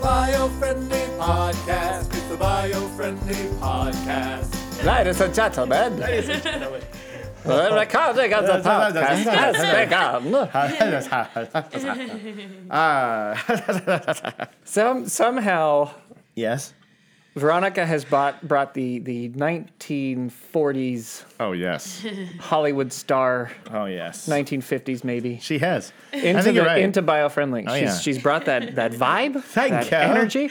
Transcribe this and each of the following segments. bio-friendly podcast. It's the bio-friendly podcast. Ladies and gentlemen, the recording of the podcast has begun. Some, somehow, yes. Veronica has bought, brought the, the 1940s Oh yes. Hollywood star, Oh yes. 1950s maybe, She has. I into, think you're the, right. Oh, into biofriendly. she's, yeah. she's brought that, that vibe, Thank that you. energy.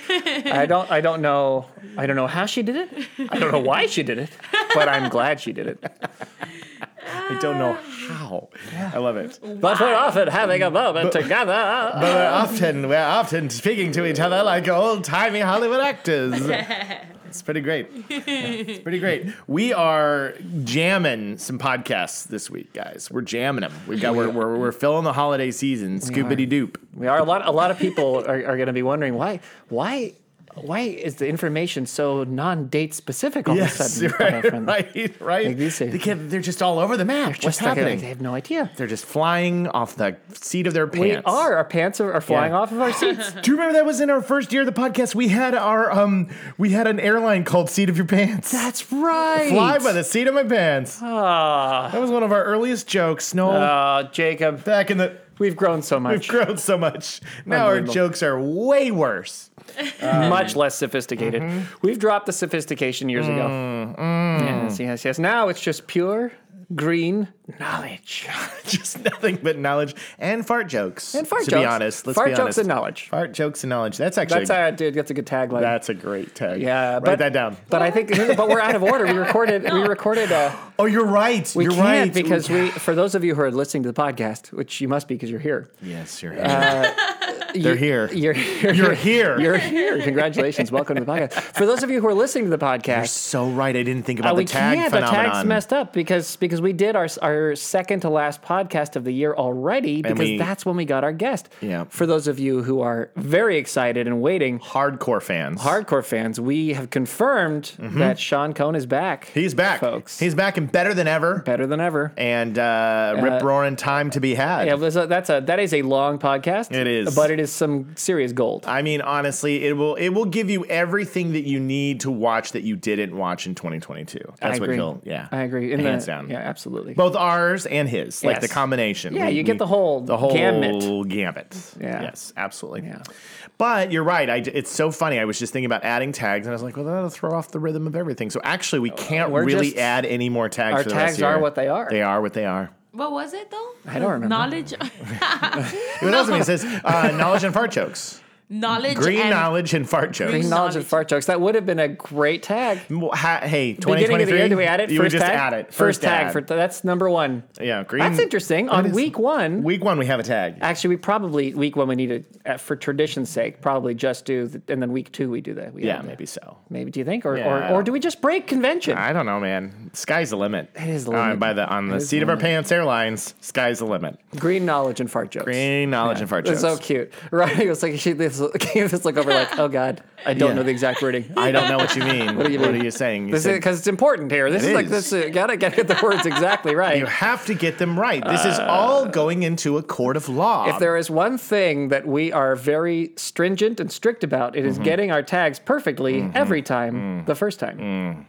I don't, I don't know I don't know how she did it. I don't know why she did it, but I'm glad she did it. I don't know how. I love it. But we're often having a moment together. But we're often we're often speaking to each other like old timey Hollywood actors. It's pretty great. It's pretty great. We are jamming some podcasts this week, guys. We're jamming them. We've got we're we're, we're filling the holiday season. Scoobity doop. We are a lot. A lot of people are, are going to be wondering why, why, why is the information so non-date specific all of a Yes, sudden? right, Friend? right, right. Like these days. They can't- they're just all over the map. What's Just like, happening? They have no idea. They're just flying off the seat of their We pants. are. Our pants are, are flying Yeah. off of our seats. Do you remember that was in our first year of the podcast? We had our um, we had an airline called Seat of Your Pants. That's right. Fly by the seat of my pants. Ah, That was one of our earliest jokes. No, Ah, Jacob, back in the we've grown so we've much, grown so much. Now our Unbelievable. jokes are way worse. much less sophisticated. Mm-hmm. We've dropped the sophistication years ago. Mm, Yes, yes, yes. Now it's just pure green knowledge Just nothing but knowledge and fart jokes. and fart to jokes. be honest, let's fart be jokes honest. and knowledge. Fart jokes and knowledge. That's actually That's how, dude. That's a good tagline. that's a great tag. Yeah, write but- that down. But I think, but we're out of order. We recorded, we recorded, uh, Oh, you're right. we you're can't right because we, for those of you who are listening to the podcast, which you must be because you're here. yes, you're here. They're here. You're here. You're here. uh, You're here. Congratulations. Welcome to the podcast. For those of you who are listening to the podcast, so right. I didn't uh, think about we the tag can't. phenomenon. The tag's messed up because because we did our our second to last podcast of the year already because we- that's when we got our guest. Yeah. For those of you who are very excited and waiting, Hardcore fans. hardcore fans, we have confirmed that Sean Cohn is back. Mm-hmm. He's back, folks. He's back and better than ever. better than ever. And uh, rip roaring time to be had. Yeah, that's a, that's a that is a long podcast. It is. but it is some serious gold. I mean, honestly, it will it will give you everything that you need to watch that you didn't watch in 2022. That's I what agree. he'll. Yeah, I agree. In the- hands down. Yeah, absolutely. Both ours and his, like Yes. the combination. Yeah, you get the whole the whole gamut. gamut. Yeah. Yes, absolutely. Yeah. But you're right. I, it's so funny. I was just thinking about adding tags, and I was like, well, that'll throw off the rhythm of everything. So actually, we can't Oh, we're really just- add any more tags. our for the rest of tags the are year. what they are. They are what they are. What was it though? I don't remember. Knowledge, What else? It says uh, knowledge and fart jokes. knowledge, Green and knowledge and fart jokes. Green knowledge of fart jokes. That would have been a great tag. Well, ha- hey, Beginning of the year, 2023, do we add it? You First would just tag? add it. First, tag add. for that's number one. yeah, green. That's interesting. Uh, That On is- week one, Week one, we have a tag. actually, we probably week one we need to, uh, for tradition's sake, probably just do, the, and then week two we do that. We Yeah, add that. maybe so. Maybe do you think, or Yeah. or, or do we just break convention? I don't know, man. Sky's the limit. It is the limit. by the on the is seat the of our limit. pants airlines. Sky's the limit. Green knowledge and fart jokes. Green knowledge and fart It's jokes. so cute. Ronnie was like, she this, gave this look over, like, oh God, I don't Yeah. know the exact wording. I don't know what you mean. what, do you are mean? you saying? You, This said- is because it's important here. This It is, like is. this. Uh, gotta gotta get the words exactly you right. have to get them right. This is all going into a court of law. Uh, If there is one thing that we are very stringent and strict about, it is Mm-hmm. getting our tags perfectly every time, the first time. Mm.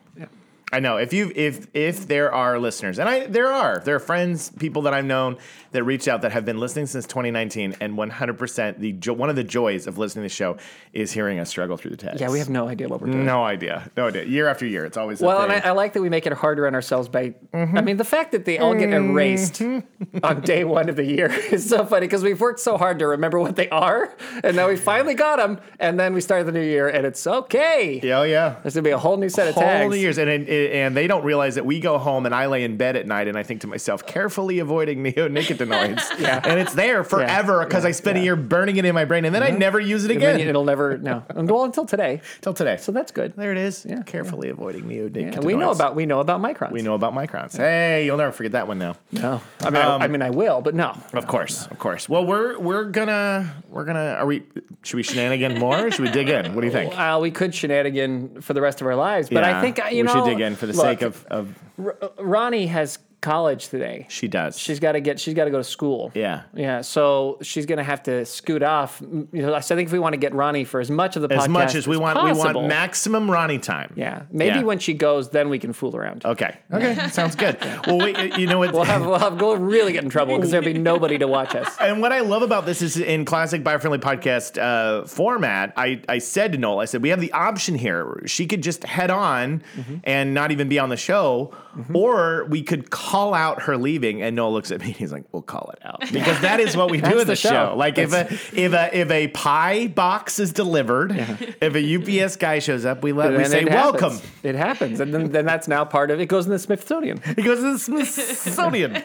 I know if you if if there are listeners, and I there are there are friends, people that I've known that reached out that have been listening since 2019, and 100 percent the jo- one of the joys of listening to the show is hearing us struggle through the text. Yeah, we have no idea what we're doing. no idea, no idea. Year after year, it's always Well, A and thing. I, I like that we make it harder on ourselves by. I mean, the fact that they all get erased Mm-hmm. on day one of the year is so funny because we've worked so hard to remember what they are, and now we finally got them, and then we start the new year, and it's okay. yeah, oh, yeah. There's gonna be a whole new set of Whole tags. new years, and and- and they don't realize that we go home and I lay in bed at night and I think to myself, carefully avoiding neonicotinoids, Yeah. and it's there forever because yeah, I spent yeah. a year burning it in my brain, and then I never use it And then again it'll never no. And, Well, until today. until today. So that's good. There it is. Carefully avoiding neonicotinoids. And we know about we know about microns. We know about microns. Hey, you'll never forget that one now. No, I mean I, I Um, mean I will, but no. Of course, of course. Well, we're we're gonna we're gonna are we should we shenanigan more? Or should we dig in? What do you think? Uh, we could shenanigan for the rest of our lives, but I Yeah, think uh, you we know should dig in for the look, sake of, of R- Ronnie has college today. She does. She's got to get. She's got to go to school. yeah. Yeah, so she's going to have to scoot off. M- You know, so I think if we want to get Ronnie for as much of the podcast As much as we want, we possible- want maximum Ronnie time. Yeah, maybe Yeah. when she goes, then we can fool around. Okay. Okay. Sounds good. Well, wait. You know what? We'll have, we'll have we'll really get in trouble because there'll be nobody to watch us. And what I love about this is in classic biofriendly podcast uh, format, I, I said to Noel, I said, we have the option here. She could just head on Mm-hmm. and not even be on the show, or we could call out her leaving. And Noel looks at me and he's like, we'll call it out. Because that is what we do in the, the show. show. Like if a if a if a pie box is delivered, if a UPS guy shows up, we let we And say it happens. welcome. It happens, and then, then that's now part of it. Goes in the Smithsonian. He goes to the Smithsonian.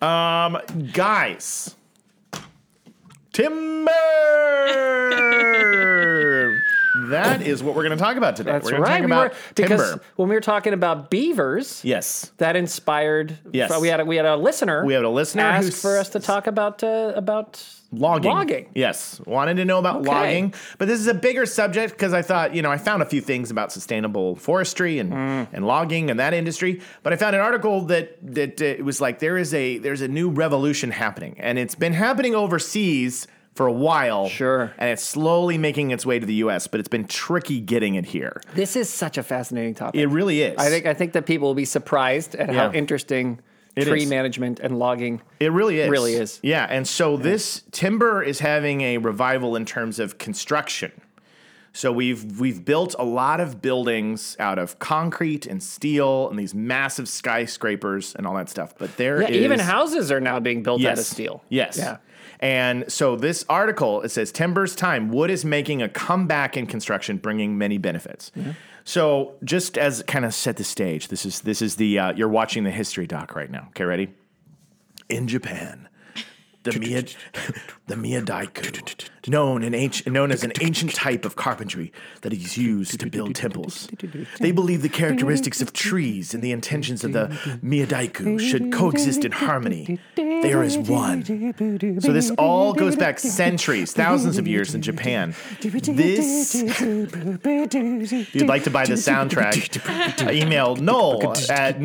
Um, guys, timber. that is what we're going to talk about today. That's we're going right. to we talk were- about because timber. when we were talking about beavers, Yes. that inspired. Yes. we had a, we had a listener. We had a listener ask who's- for us to talk about uh, about Logging. Logging. Yes. Wanted to know about Okay. logging. But this is a bigger subject because I thought, you know, I found a few things about sustainable forestry and, Mm. and logging and that industry. But I found an article that that uh, it was like there is a there's a new revolution happening. And it's been happening overseas for a while. Sure. And it's slowly making its way to the US, but it's been tricky getting it here. This is such a fascinating topic. It really is. I think I think that people will be surprised at Yeah. how interesting It tree is. management and logging. It really is. Really is. Yeah. And so this timber is having a revival in terms of construction. So we've we've built a lot of buildings out of concrete and steel and these massive skyscrapers and all that stuff. But there Yeah, is- even houses are now being built out of steel. Yes. Yeah. And so this article it says timber's time wood is making a comeback in construction bringing many benefits. So just as kind of set the stage this is this is the uh, you're watching the history doc right now. Okay, ready? In Japan the Mia, the Miyadaiku, known an ancient, known as an ancient type of carpentry that is used to build temples. They believe the characteristics of trees and the intentions of the Miyadaiku should coexist in harmony. They are as one. So this all goes back centuries, thousands of years in Japan. This if you'd like to buy the soundtrack, uh, email Noel at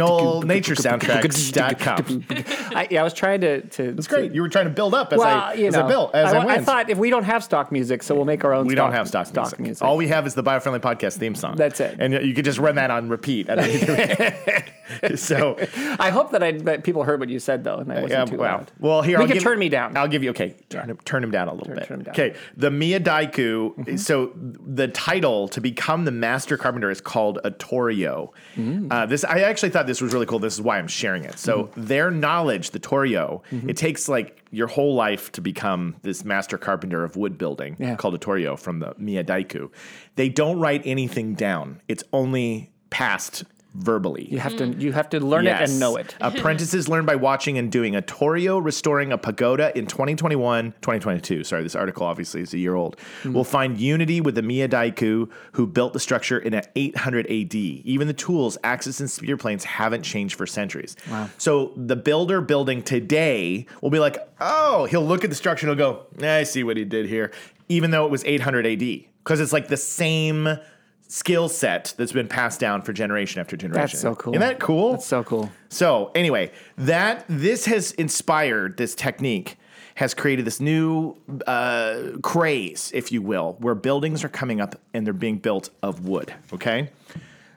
noelnaturesoundtracks.com. I, yeah, I was trying to. to It's great. You were trying to build up as well, I you as know, I built as I, I, went. I thought if we don't have stock music, so we'll make our own. we stock, don't have stock, music. music. All we have is the biofriendly podcast theme song. That's it. And you could just run that on repeat. at any- so I hope that I that people heard what you said though, and that wasn't Uh, yeah, too wow. loud. Well, here we I'll can give- turn me down. I'll give you okay. Turn him, turn him down a little bit. turn him down. Mm-hmm. Okay, the Miyadaiku. So the title to become the master carpenter is called a Torio. Mm. Uh, this I actually thought this was really cool. This is why I'm sharing it. So Mm-hmm. their knowledge, the Torio, it takes like your whole life to become this master carpenter of wood building Yeah. called a Torio from the Miyadaiku. They don't write anything down. It's only passed verbally. you have to you have to learn it and know it. Apprentices learn by watching and doing. A Torio restoring a pagoda in 2021, 2022. Sorry, this article obviously is a year old. Hmm. Will find unity with the Miyadaiku who built the structure in at 800 AD. Even the tools, axes, and spear planes haven't changed for centuries. Wow. So the builder building today will be like, oh, he'll look at the structure and he'll go, "Eh, I see what he did here, even though it was 800 AD. Because it's like the same skill set that's been passed down for generation after generation. so cool. Isn't that cool? That's so cool. So anyway, that this has inspired this technique has created this new uh, craze, if you will, where buildings are coming up and they're being built of wood. Okay,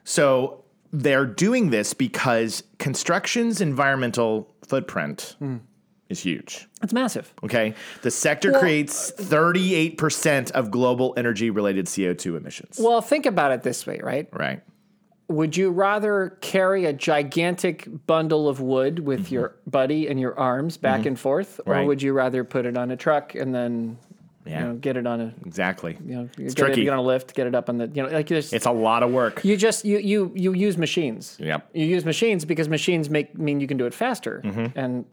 so they're doing this because construction's environmental footprint is huge. It's massive. Okay, the sector creates thirty-eight percent of global energy-related CO two emissions. Well, think about it this way, right? right. Would you rather carry a gigantic bundle of wood with your buddy in your arms back and forth, or Mm-hmm. Right. would you rather put it on a truck and then Yeah. you know, get it on a Exactly. you know it's get tricky. it on a lift, get it up on the you know like there's it's a lot of work. you just you you you use machines. Yep. You use machines because machines make mean you can do it faster, and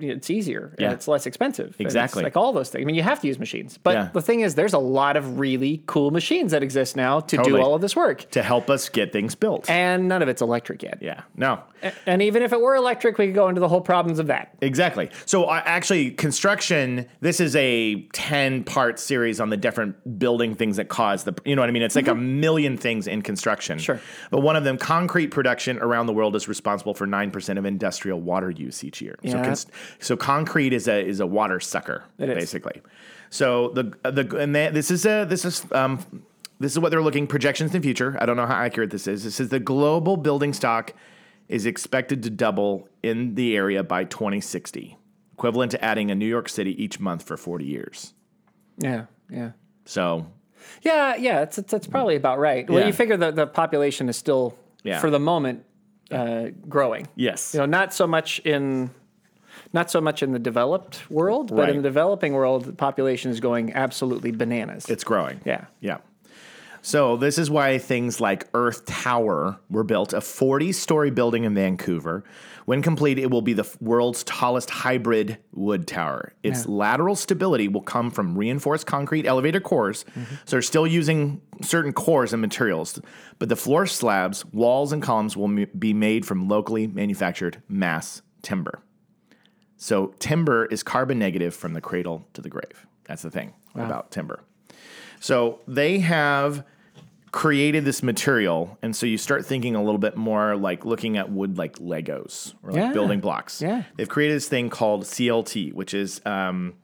it's easier Mm-hmm. Yeah. and it's less expensive. and it's Exactly. like all those things. I mean, you have to use machines. But Yeah. the thing is, there's a lot of really cool machines that exist now to Totally. do all of this work. to help us get things built. And none of it's electric yet. yeah. No. A- And even if it were electric, we could go into the whole problems of that. Exactly. So uh, actually, construction. This is a ten-part series on the different building things that cause the. You know what I mean? It's like a million things in construction. Mm-hmm. Sure. But one of them, concrete production around the world is responsible for nine percent of industrial water use each year. So, Yeah. so concrete is a is a water sucker, It is. basically. So the uh, the and that, this is a this is um this is what they're looking projections in future. I don't know how accurate this is. This is the global building stock is expected to double in the area by 2060, equivalent to adding a New York City each month for 40 years. Yeah. Yeah. So Yeah, yeah, it's, it's that's probably about right. Well, Yeah. you figure that the population is still, Yeah. for the moment, uh, growing. yes, You know, not so much in, not so much in the developed world, but Right. in the developing world, the population is going absolutely bananas. it's growing. yeah, Yeah. So this is why things like Earth Tower were built, a 40-story building in Vancouver. When complete, it will be the f- world's tallest hybrid wood tower. Its lateral stability will come from reinforced concrete elevator cores. So they're still using certain cores and materials, but the floor slabs, walls, and columns will m- be made from locally manufactured mass timber. So timber is carbon negative from the cradle to the grave. That's the thing about timber. So they have created this material, and so you start thinking a little bit more like looking at wood like Legos or like Yeah. building blocks. Yeah. They've created this thing called CLT, which is um,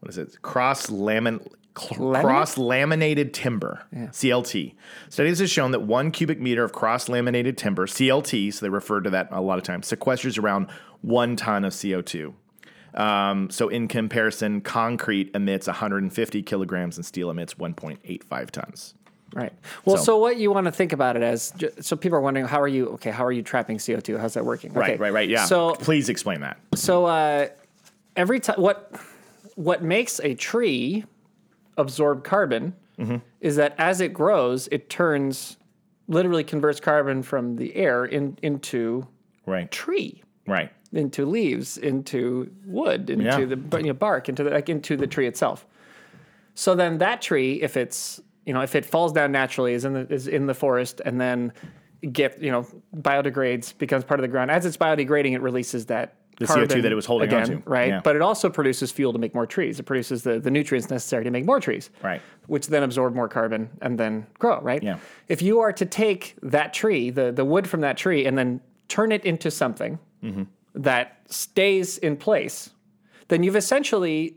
what is it? Cross lamin. Laminate? Cross laminated timber, CLT. Studies have shown that one cubic meter of cross laminated timber, CLT, so they refer to that a lot of times, sequesters around one ton of CO2. Um, so in comparison, concrete emits 150 kilograms and steel emits 1.85 tons. right. Well, So- so, what you want to think about it as, ju- so people are wondering, how are you? Okay, how are you trapping CO two? How's that working? Right, Okay. right, right. Yeah. So please explain that. So uh, every time, what what makes a tree absorb carbon Mm-hmm. is that as it grows, it turns literally converts carbon from the air in, into Right, tree, right, into leaves, into wood, into Yeah. the you know, bark, into the, like into the tree itself. So then that tree, if it's you know if it falls down naturally, is in the is in the forest, and then get you know biodegrades, becomes part of the ground. As it's biodegrading, it releases that the CO2 that it was holding again, onto. right? Yeah. But it also produces fuel to make more trees. It produces the the nutrients necessary to make more trees, Right. Which then absorb more carbon and then grow, right? Yeah. If you are to take that tree, the the wood from that tree, and then turn it into something Mm-hmm. that stays in place, then you've essentially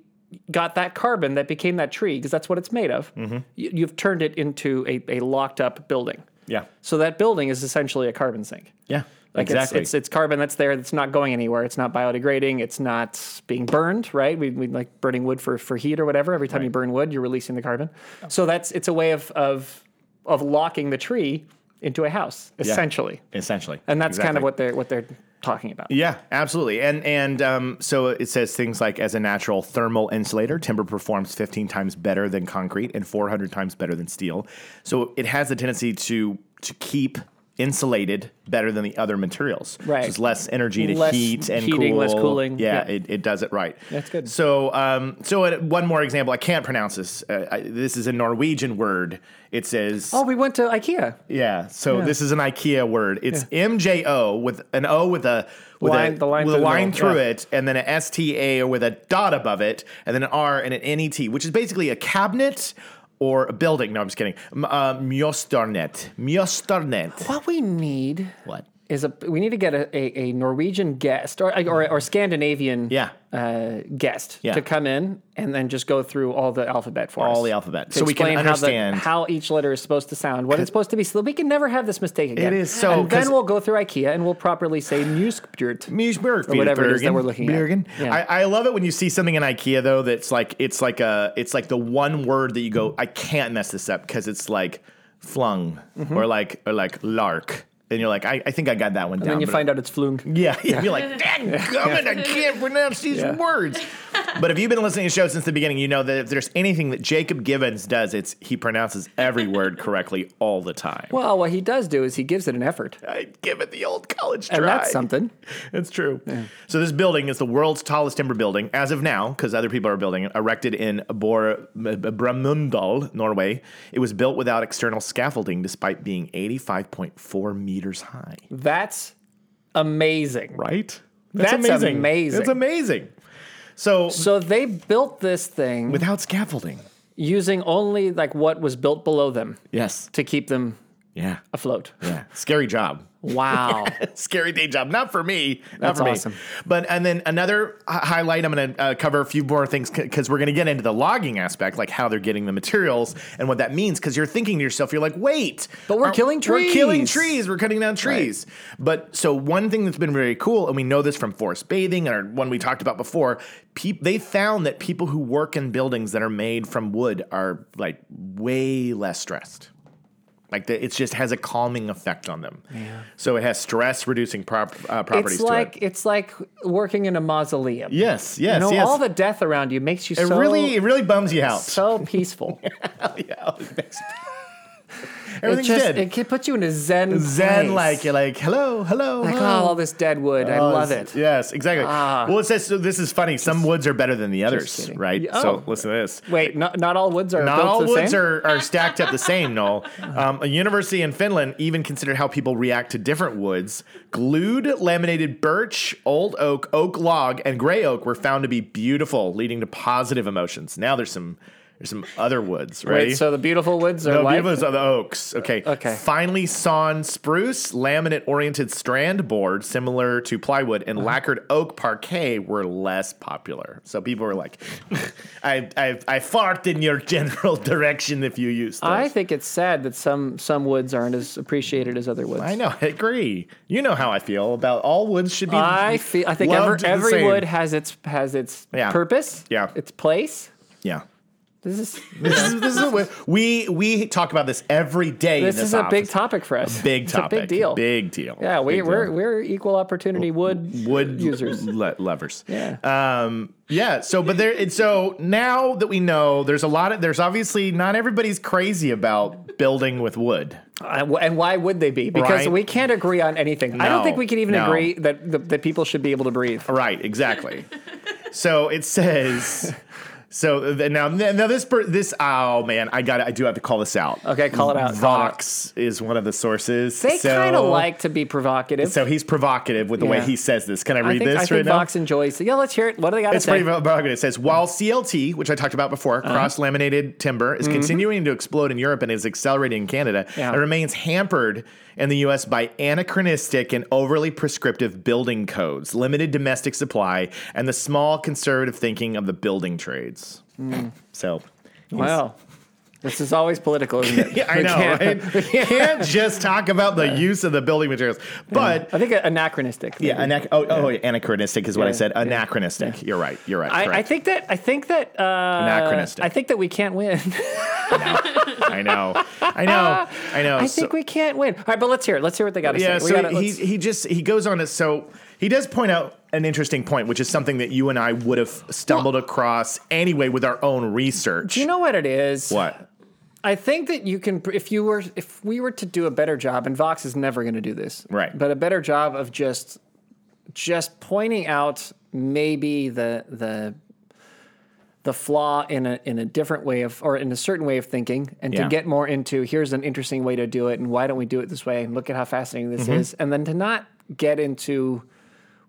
got that carbon that became that tree because that's what it's made of. Mm-hmm. You, you've turned it into a, a locked up building. yeah, So that building is essentially a carbon sink. yeah, Like it's- exactly. It's, it's, carbon that's there that's not going anywhere. It's not biodegrading. It's not being burned, right? We, we like burning wood for, for heat or whatever. Every time you burn wood, you're releasing the carbon. Oh. So that's it's a way of, of, of locking the tree into a house, essentially. Essentially, And that's kind Exactly. of what they're, what they're talking about. Yeah, absolutely. And and um, so it says things like as a natural thermal insulator, timber performs 15 times better than concrete and 400 times better than steel. So it has the tendency to to keep insulated better than the other materials. Right. So it's less energy to Less heat and heating, cool. less cooling. Yeah, Yeah. It, it does it right. That's good. So um, so uh, one more example. I can't pronounce this. Uh, I, this is a Norwegian word. It says Oh, we went to IKEA. yeah. So this is an IKEA word. It's MJO with an O with a with Line- a, the line with through a the line middle, through yeah. it, and then an STA with a dot above it, and then an R and an NET, which is basically a cabinet or a building. No, I'm just kidding. M- Uh, Mjostarnet. Mjostarnet. What we need What? is a we need to get a, a, a Norwegian guest or or, or Scandinavian Yeah. uh, guest Yeah. to come in and then just go through all the alphabet for us. All the alphabet. To So we can explain how the- understand. how, each letter is supposed to sound, what it's supposed to be, so that we can never have this mistake again. is so- And 'cause- then we'll go through IKEA and we'll properly say Newskbjurt. Miesberg, Or whatever it is that we're looking at. Yeah. I, I love it when you see something in IKEA though that's like it's like a it's like the one word that you Mm-hmm. go I can't mess this up because it's like flung or like or like lark and you're like, I, I think I got that one down. Then you but- find out it's Flung. yeah, you're like, dadgummit, I can't pronounce these Yeah. words. But if you've been listening to the show since the beginning, you know that if there's anything that Jacob Gibbons does, it's he pronounces every word correctly all the time. Well, what he does do is he gives it an effort, I give it the old college try. and that's something. It's true. So this building is the world's tallest timber building as of now, because other people are building it. Erected in Bor- B- B- Bramundal, Norway, it was built without external scaffolding, despite being 85.4 meters high. That's amazing. Right? That's amazing. It's amazing. So So they built this thing without scaffolding. using only like what was built below them Yes. to keep them Yeah. afloat. Yeah. Scary job. Wow. Scary day job. Not for me. Not That's for me. awesome. But and then another hi- highlight. I'm going to uh, cover a few more things because we're going to get into the logging aspect, like how they're getting the materials and what that means. Because you're thinking to yourself, you're like, wait, But we're are- killing We're killing trees." trees. We're cutting down trees. But so one thing that's been very cool, and we know this from forest bathing or one we talked about before. Peop- they found that people who work in buildings that are made from wood are like way less stressed. Like the, it just has a calming effect on them. So it has stress reducing prop, uh, properties it's like to it. it's like working in a mausoleum. Yes, yes, you know, yes. all the death around you makes you it so really, it really bums you out. so peaceful. yeah, it makes- it everything's just dead. it can put you in a zen Zen, place. like you're like, hello, hello. Like, oh, hello. all this dead wood. Oh, I love it. Ah. Yes, exactly. well, it says so this is funny. Some woods are better than the others, kidding. right? Yeah, so oh. listen to this. Wait, not not all woods are Not built all the woods same? are, are stacked up the same, Noel. Um, a university in Finland even considered how people react to different woods. Glued, laminated birch, old oak, oak log, and gray oak were found to be beautiful, leading to positive emotions. Now there's some there's some other woods, right? Wait, so the beautiful woods are No, like beautiful is the oaks. Okay. Uh, Okay. Finely sawn spruce, laminate oriented strand board, similar to plywood, and Uh-huh. lacquered oak parquet were less popular. So people were like, I, I, I fart in your general direction if you use those. I think it's sad that some some woods aren't as appreciated as other woods. I know. I agree. You know how I feel about all woods should be. I feel I think loved every, the every same. wood has its has its Yeah. purpose. Yeah. Its place. Yeah. This is This is, this is a, wo- we we talk about this every day. in this, is a big office. topic for us. big it's topic. A big deal. Big deal. yeah, we, Big deal. we're we're equal opportunity wood wood users. le- lovers. Yeah. Um, yeah. So, but there. And so now that we know, there's a lot of there's obviously not everybody's crazy about building with wood. Uh, wh- and why would they be? Because Right. we can't agree on anything. I No, don't think we can even no. agree that the, that people should be able to breathe. Right. Exactly. so it says. So th- now, now this per- this oh man, I got I do have to call this out. Okay, call it out. call it out. Vox is one of the sources. They So- kind of like to be provocative. So he's provocative with the way Yeah. he says this. Can I I read think, this I right think now? Vox enjoys. Yeah, let's hear it. What do they got to It's pretty say? provocative. It says while CLT, which I talked about before, Uh-huh. cross laminated timber, is continuing to explode in Europe and is accelerating in Canada, Mm-hmm. Yeah. it remains hampered in the U.S. by anachronistic and overly prescriptive building codes, limited domestic supply, and the small conservative thinking of the building trades. So. Mm. wow, this is always political, isn't it? Yeah, I We know. can't- Can't, right? can't just talk about the use of the building materials, but I think anachronistic. yeah, anach- oh, oh, anachronistic is what I Yeah, said. yeah. Anachronistic. You're right. You're right. I, I correct. think that I think that uh, Anachronistic. I think that we can't win. I know. I know. I know. I Oh, So- think we can't win. All right, but let's hear it. Let's hear what they got to yeah. say. We So gotta- he let's- he just he goes on to so he does point out an interesting point, which is something that you and I would have stumbled across anyway with our own research. do you know what it is? what? I think that you can, if you were, if we were to do a better job, and Vox is never going to do this, Right. But a better job of just, just pointing out maybe the the the flaw in a in a different way of or in a certain way of thinking, and Yeah. to get more into here's an interesting way to do it, and why don't we do it this way, and look at how fascinating Mm-hmm. this is, and then to not get into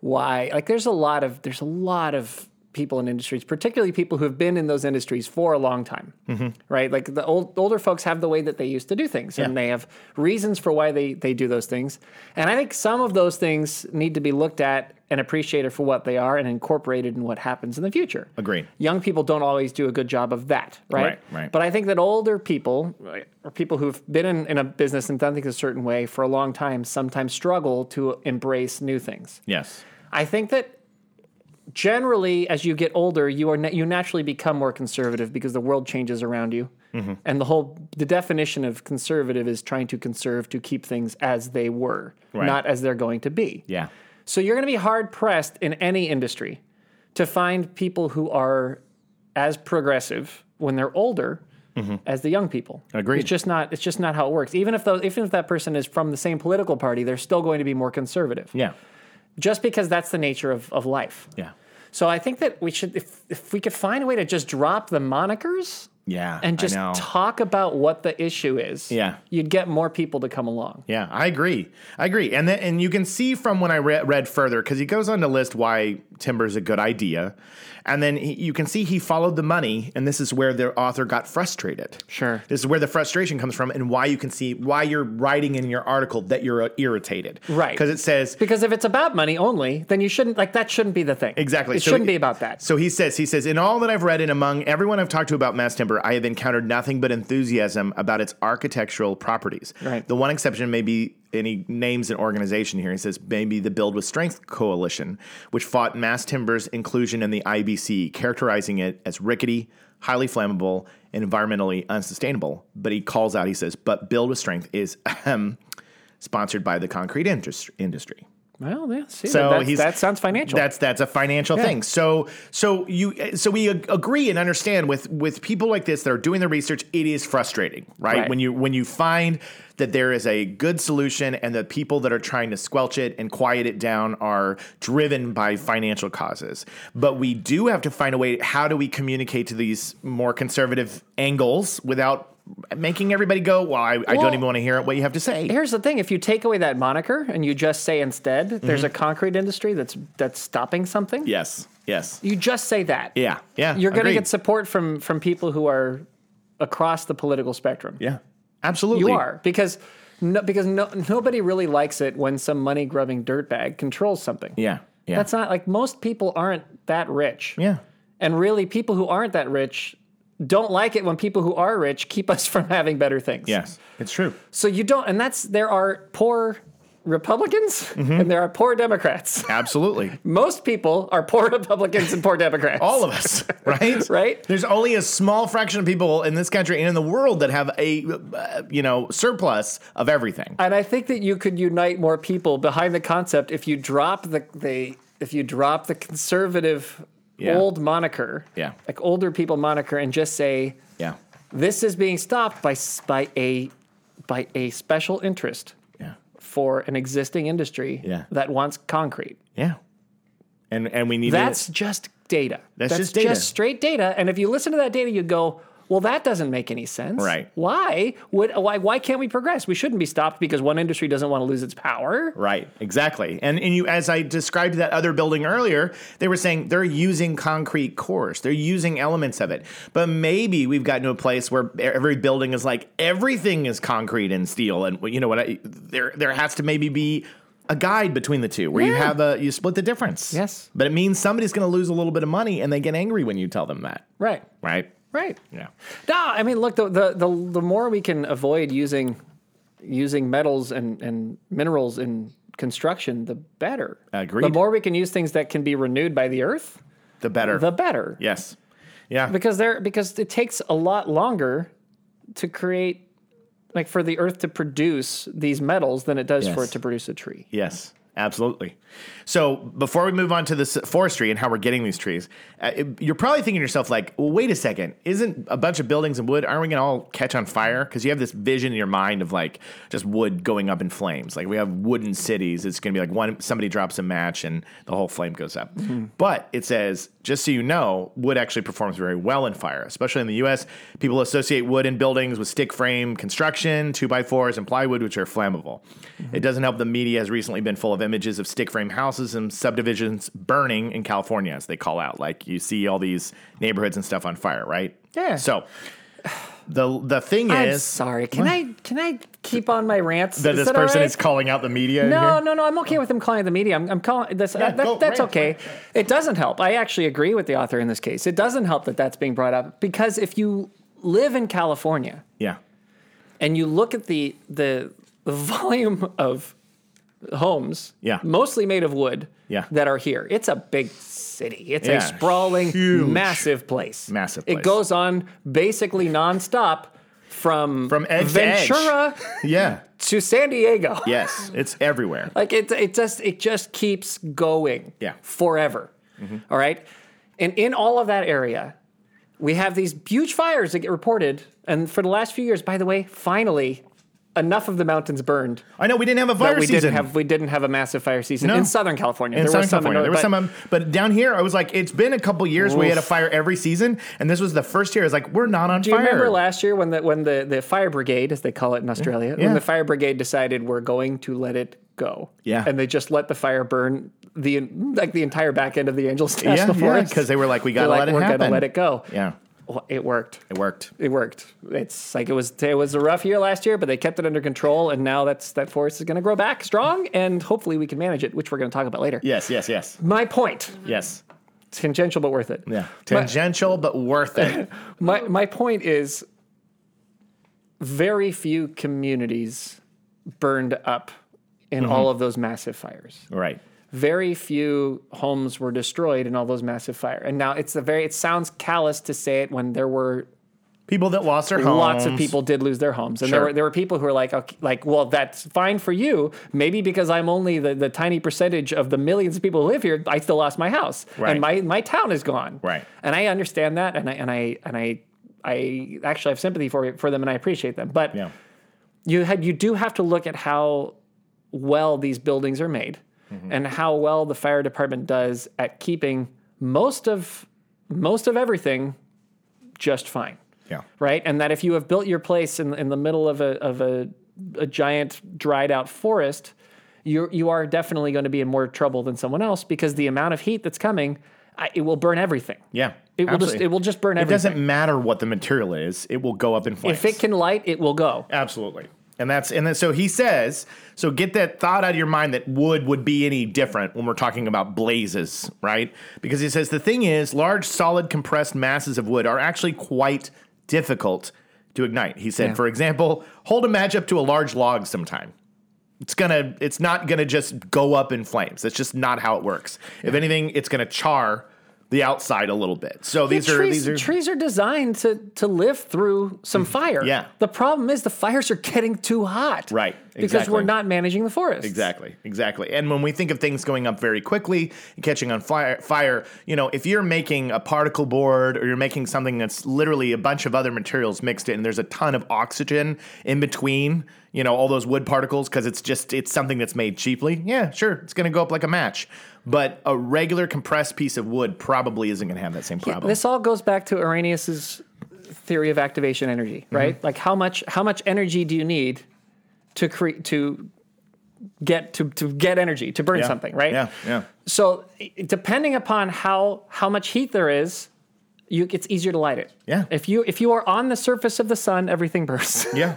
why like there's a lot of there's a lot of people in industries particularly people who have been in those industries for a long time Mm-hmm. right like the old older folks have the way that they used to do things and they have reasons for why they they do those things and i think some of those things need to be looked at and appreciated for what they are and incorporated in what happens in the future Agreed. young people don't always do a good job of that right Right, right. but i think that older people or people who've been in, in a business and done things a certain way for a long time sometimes struggle to embrace new things Yes. I think that generally, as you get older, you are na- you naturally become more conservative because the world changes around you, Mm-hmm. and the whole the definition of conservative is trying to conserve to keep things as they were, Right. not as they're going to be. Yeah. So you're going to be hard pressed in any industry to find people who are as progressive when they're older as the young people. Mm-hmm. Agreed. It's just not. It's just not how it works. Even if those, even if that person is from the same political party, they're still going to be more conservative. Yeah. Just because that's the nature of, of life. Yeah. So I think that we should, if if we could find a way to just drop the monikers Yeah. and I just know. talk about what the issue is, Yeah. you'd get more people to come along. Yeah, I agree. I agree. And then, and you can see from when I re- read further because he goes on to list why timber's a good idea, and then he, you can see he followed the money, and this is where the author got frustrated. Sure. this is where the frustration comes from, and why you can see why you're writing in your article that you're uh, irritated, Right. Because it says Because if it's about money only, then you shouldn't like that shouldn't be the thing. Exactly. It So shouldn't he- be about that. So he says, he says, in all that I've read and among everyone I've talked to about mass timber, I have encountered nothing but enthusiasm about its architectural properties. Right. The one exception may be any names an organization here. He says maybe the Build with Strength Coalition, which fought mass timber's inclusion in the IBC, characterizing it as rickety, highly flammable, and environmentally unsustainable. But he calls out, he says, but Build with Strength is ahem, sponsored by the concrete indus- industry. Well, yeah. See, So that, he's- that sounds financial. That's that's a financial thing. So so you so we ag- agree and understand with with people like this that are doing the research. It is frustrating, right? Right. When you when you find that there is a good solution and the people that are trying to squelch it and quiet it down are driven by financial causes. But we do have to find a way. How do we communicate to these more conservative angles without? Making everybody go, well, I, I Well- don't even want to hear what you have to say. Here's the thing: if you take away that moniker and you just say instead, there's Mm-hmm. a concrete industry that's that's stopping something. Yes, yes, You just say that. yeah, yeah. You're going to agreed. get support from from people who are across the political spectrum. yeah, absolutely. You are because no, because no, nobody really likes it when some money grubbing dirtbag controls something. Yeah, yeah. That's not like most people aren't that rich. Yeah. And really, people who aren't that rich don't like it when people who are rich keep us from having better things. Yes. It's true. So you don't, and that's there are poor Republicans Mm-hmm. and there are poor Democrats. Absolutely. Most people are poor Republicans and poor Democrats. All of us, right? Right? There's only a small fraction of people in this country and in the world that have a, uh, you know, surplus of everything. and I think that you could unite more people behind the concept if you drop the the if you drop the conservative Yeah. old moniker, Yeah. like older people moniker, and just say Yeah. this is being stopped by s- by a by a special interest Yeah. for an existing industry Yeah. that wants concrete. Yeah. And and we need to- That's just data. That's just data. straight data. And if you listen to that data, you go, well, that doesn't make any sense. Right. Why would why why can't we progress? We shouldn't be stopped because one industry doesn't want to lose its power. Right, exactly. And and you as I described that other building earlier, they were saying they're using concrete cores. They're using elements of it. But maybe we've gotten to a place where e, every building is like everything is concrete and steel and you know what I, there there has to maybe be a guide between the two where you Yeah. have a you split the difference. Yes. But it means somebody's going to lose a little bit of money and they get angry when you tell them that, Right. right? Right. Yeah. No, I mean, look, the the the, the more we can avoid using using metals and, and minerals in construction, the better. Agreed. The more we can use things that can be renewed by the earth, The better. the better. yes. Yeah. Because there because it takes a lot longer to create like for the earth to produce these metals than it does for Yes. it to produce a tree. Yes, absolutely. So before we move on to this forestry and how we're getting these trees, uh, it- you're probably thinking to yourself like, well, wait a second, isn't a bunch of buildings and wood, aren't we going to all catch on fire? Because you have this vision in your mind of like just wood going up in flames. Like we have wooden cities. It's going to be like one, somebody drops a match and the whole flame goes up. But it says, just so you know, wood actually performs very well in fire, especially in the U.S. People associate wood in buildings with stick frame construction, two by fours, and plywood, which are flammable. Mm-hmm. It doesn't help the media has recently been full of images of stick frame houses and subdivisions burning in California, as they call out. Like you see all these neighborhoods and stuff on fire, right? Yeah. So the the thing I'm is, sorry. Can I can I keep on my rants? that Is this that all person right? is calling out the media. in No, here? Oh. no, no. I'm okay with him calling it the media. I'm, I'm calling this. uh, that, go, that's rant, okay. rant, It doesn't help. I actually agree with the author in this case. It doesn't help that that's being brought up because if you live in California Yeah. and you look at the the, the volume of homes, Yeah. mostly made of wood, Yeah. that are here. It's a big city. It's Yeah, a sprawling, huge. massive place. Massive It place. goes on basically nonstop from From edge to edge. Ventura Yeah. to San Diego. Yes. It's everywhere. Like it, it just it just keeps going. Yeah. Mm-hmm. Forever. All right. And in all of that area, we have these huge fires that get reported. And for the last few years, by the way, finally, enough of the mountains burned I know we didn't have a fire that we season. didn't have we didn't have a massive fire season No. in Southern California. in there Southern were some California. there was but some, um, but down here, I was like, it's been a couple years we had a Oof. fire every season, and this was the first year. I was like, we're not on Do you fire. remember last year when the when the, the fire brigade, as they call it in Australia, Yeah. when the fire brigade decided we're going to let it go? Yeah. and they just let the fire burn the like the entire back end of the Angels yeah, National Forest because they were like, we They're gotta like, let it we're happen. gonna let it go. Yeah, Well, it worked. it worked. It worked. It's like it was it was a rough year last year, but they kept it under control, and now that's that forest is going to grow back strong, and hopefully we can manage it, which we're going to talk about later. Yes, yes, yes, My point, yes. tangential but worth it. Yeah, tangential but worth it. My my point is very few communities burned up in Mm-hmm. all of those massive fires. right. Very few homes were destroyed in all those massive fire. And now it's a very it sounds callous to say it when there were People that lost their homes. lots of people did lose their homes. And there Sure. were there were people who were like okay, like well that's fine for you maybe because I'm only the, the tiny percentage of the millions of people who live here I still lost my house Right. and my my town is gone. Right. And I understand that and I and I and I I actually have sympathy for for them and I appreciate them. But Yeah. you had you do have to look at how well these buildings are made Mm-hmm. and how well the fire department does at keeping most of most of everything just fine Yeah. right? And that if you have built your place in in the middle of a of a a giant dried out forest, you you are definitely going to be in more trouble than someone else because the amount of heat that's coming, I, it will burn everything. Yeah. It will just absolutely. it will just burn It everything. doesn't matter what the material is; it will go up in flames. if it can light, it will go. Absolutely. And that's and then so he says, so get that thought out of your mind that wood would be any different when we're talking about blazes, right? Because he says the thing is large solid compressed masses of wood are actually quite difficult to ignite. He said, for example, hold a match up to a large log sometime. It's gonna it's not gonna just go up in flames. That's just not how it works. If anything, it's gonna char the outside a little bit. So these Yeah, are trees, these are Mm, trees are designed to to live through some fire. Yeah. The problem is the fires are getting too hot. Right, Because we're exactly. not managing the forest. Exactly, exactly. And when we think of things going up very quickly and catching on fire, fire, you know, if you're making a particle board or you're making something that's literally a bunch of other materials mixed in, there's a ton of oxygen in between, you know, all those wood particles because it's just it's something that's made cheaply. Yeah, sure, it's going to go up like a match. But a regular compressed piece of wood probably isn't going to have that same problem. This all goes back to Arrhenius's theory of activation energy, Mm-hmm. right? Like how much how much energy do you need to create to get to to get energy to burn Yeah, something, right? Yeah, yeah. So i- depending upon how how much heat there is, you it's easier to light it. Yeah. If you if you are on the surface of the sun, everything burns. Yeah.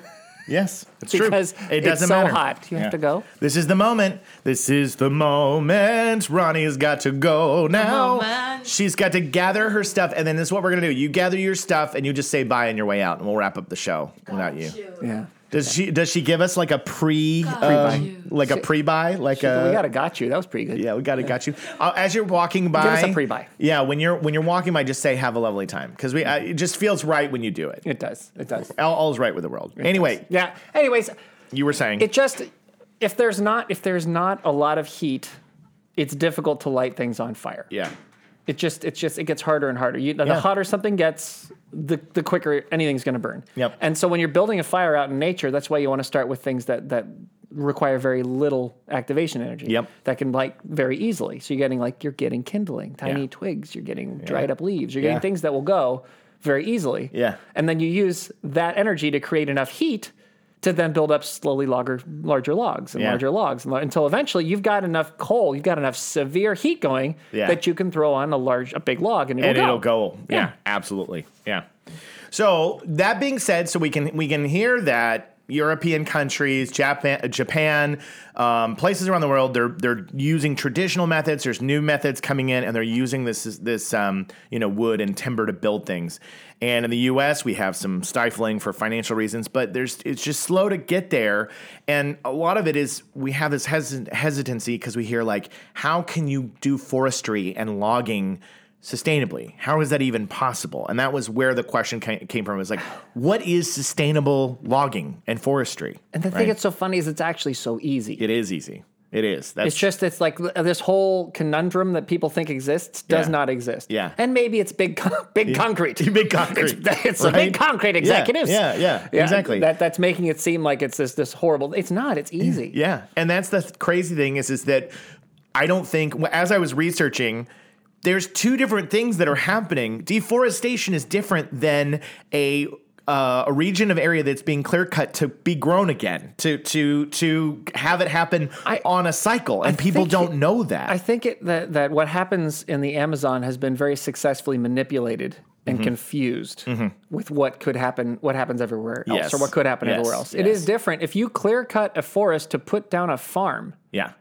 Yes, it's true. Because it's it doesn't so matter. hot. You have to go? This is the moment. This is the moment. Ronnie's got to go now. Moment. She's got to gather her stuff, and then this is what we're gonna do. You gather your stuff, and you just say bye on your way out, and we'll wrap up the show without you. yeah. Does she? Does she give us like a pre, um, like a pre-buy, like a? we got to got you. That was pretty good. yeah, we got to got you. Uh, as you're walking by, us a pre-buy. Yeah, when you're when you're walking by, just say have a lovely time because we. Uh, it just feels right when you do it. It does. It does. All, all's right with the world. Anyway, Yeah. Anyways, you were saying it just if there's not if there's not a lot of heat, it's difficult to light things on fire. Yeah. It just it's just it gets harder and harder. You, the Yeah. hotter something gets, the the quicker anything's going to burn. Yep. And so when you're building a fire out in nature, that's why you want to start with things that that require very little activation energy. Yep. That can light very easily. So you're getting like you're getting kindling, tiny Yeah. twigs, you're getting dried up leaves, you're getting Yeah. things that will go very easily. Yeah. And then you use that energy to create enough heat to then build up slowly larger, larger logs and Yeah. larger logs and lar- until eventually you've got enough coal, you've got enough severe heat going Yeah. that you can throw on a large, a big log and it'll and go. it'll go. Yeah, absolutely. Yeah. So that being said, so we can we can hear that European countries, Japan, uh, Japan um, places around the world. They're they're using traditional methods. There's new methods coming in, and they're using this this um, you know wood and timber to build things. And in the U.S., we have some stifling for financial reasons, but there's it's just slow to get there, and a lot of it is we have this hesit- hesitancy because we hear like, how can you do forestry and logging? sustainably? How is that even possible? And that was where the question ca- came from. It was like, what is sustainable logging and forestry? And the thing that's so funny is it's actually so easy. It is easy. It is. That's It's just it's like th- this whole conundrum that people think exists does Yeah. not exist. Yeah. and maybe it's big, con- big concrete. big concrete. It's, it's the big concrete Yeah, executives. Yeah, yeah, exactly. That that's making it seem like it's this this horrible. It's not. It's easy. Yeah, and that's the th- crazy thing is is that I don't think as I was researching, there's two different things that are happening. Deforestation is different than a uh, a region of area that's being clear cut to be grown again, to to to have it happen I- on a cycle, and people think don't it- know that. I think it, that that what happens in the Amazon has been very successfully manipulated and Mm-hmm. confused with what could happen, what happens everywhere else, Yes. or what could happen Yes. everywhere else. It is Yes. different. If you clear cut a forest to put down a farm, yeah,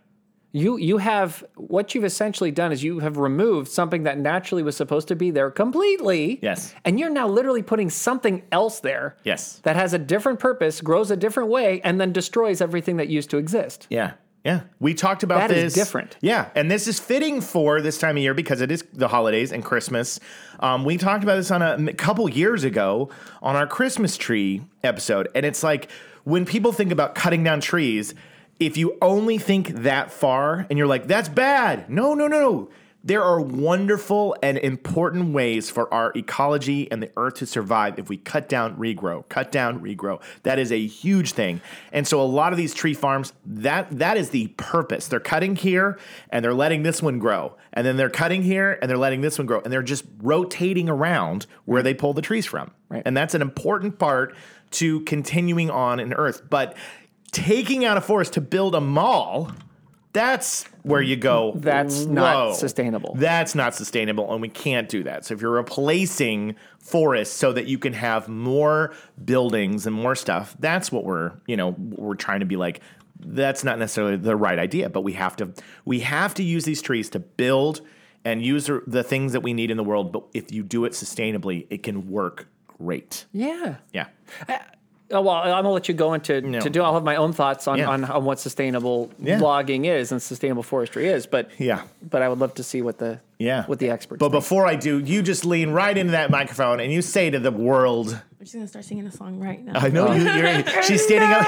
you you have what you've essentially done is you have removed something that naturally was supposed to be there completely. Yes. And you're now literally putting something else there. Yes. That has a different purpose, grows a different way, and then destroys everything that used to exist. Yeah. Yeah. We talked about That this. is different. Yeah. And this is fitting for this time of year because it is the holidays and Christmas. Um, we talked about this on a m- couple years ago on our Christmas tree episode. And it's like when people think about cutting down trees, if you only think that far and you're like, that's bad. No, no, no, no. There are wonderful and important ways for our ecology and the earth to survive if we cut down, regrow, cut down, regrow. That is a huge thing. And so a lot of these tree farms, that that is the purpose. They're cutting here and they're letting this one grow. And then they're cutting here and they're letting this one grow. And they're just rotating around where they pull the trees from. Right. And that's an important part to continuing on in earth. But taking out a forest to build a mall that's where you go. That's not "Whoa, sustainable." That's not sustainable, and we can't do that. So if you're replacing forests so that you can have more buildings and more stuff, that's what we're you know we're trying to be like. That's not necessarily the right idea, but we have to we have to use these trees to build and use the- the things that we need in the world. But if you do it sustainably, it can work great. Yeah. Yeah. Oh, well, I'm gonna let you go into to do. I'll have my own thoughts on, Yeah. on, on what sustainable Yeah. logging is and sustainable forestry is, but Yeah. but I would love to see what the Yeah. what the experts. But think. before I do, you just lean right into that microphone and you say to the world. I'm just gonna start singing a song right now. I know you, you're. She's standing up.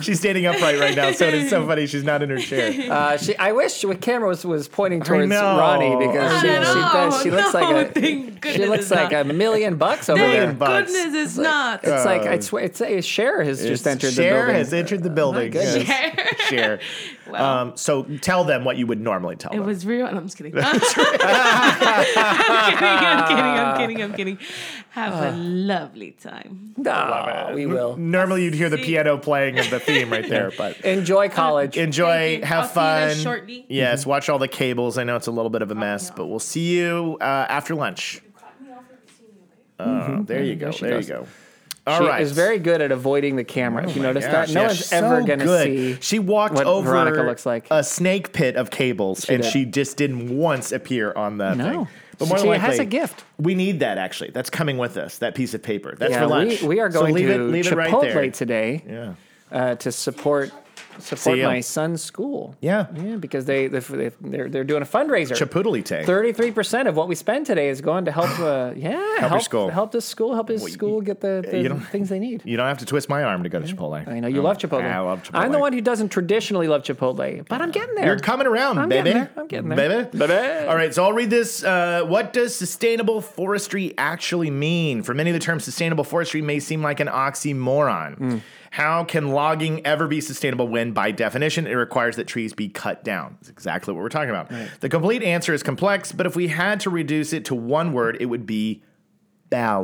she's standing upright right now, so it's so funny. She's not in her chair. uh, she, I wish the camera was, was pointing towards know. Ronnie because Not she she, at all. does, she looks No, like a thank she goodness looks it's like not. a million bucks over Thank there. Million bucks. goodness it's not. It's like uh, I swear, it's a share has just entered the Cher building. has entered the building. goodness. Yes. Cher. Wow. Um, so tell them what you would normally tell it them. was real. No, I'm just kidding. I'm kidding. I'm kidding. I'm kidding. I'm kidding. Have a lovely time. Aw, we will normally, you'd hear the See? piano playing of the theme right there, but enjoy college. enjoy, Thank you. have I'll see you fun. guys shortly. Oh, Yes, Mm-hmm. watch all the cables. I know it's a little bit of a mess, yeah. but we'll see you uh, after lunch. Uh, There you go. There, goes. you go. All right. Mm-hmm. She is very good at avoiding the camera. if you notice Yeah, that, no Oh yeah, one's she's ever so gonna good. see. She walked what over Veronica looks like. a snake pit of cables, and did. she just didn't once appear on the No. thing. She has a gift. We need that actually. That's coming with us. That piece of paper. That's Yeah, for lunch. We, we are So going leave to it, leave it right Chipotle there. today yeah. uh, to support See support ya. my son's school. Yeah. yeah, because they, they they're they're doing a fundraiser. Chipotle tank. Thirty three percent of what we spend today is going to help. Uh, yeah, help, school. help this school, help his Well, you- school get the, you the don't- things they need. You don't have to twist my arm to go to Chipotle. Mm-hmm. I know you love Chipotle. I love Chipotle. I'm the one who doesn't traditionally love Chipotle, but I'm getting there. You're coming around, I'm baby. getting there. I'm getting there. Baby. Baby. All right, so I'll read this. Uh, what does sustainable forestry actually mean? For many, the term sustainable forestry may seem like an oxymoron. How can logging ever be sustainable when, by definition, it requires that trees be cut down? That's exactly what we're talking about. The complete answer is complex, but if we had to reduce it to one word, it would be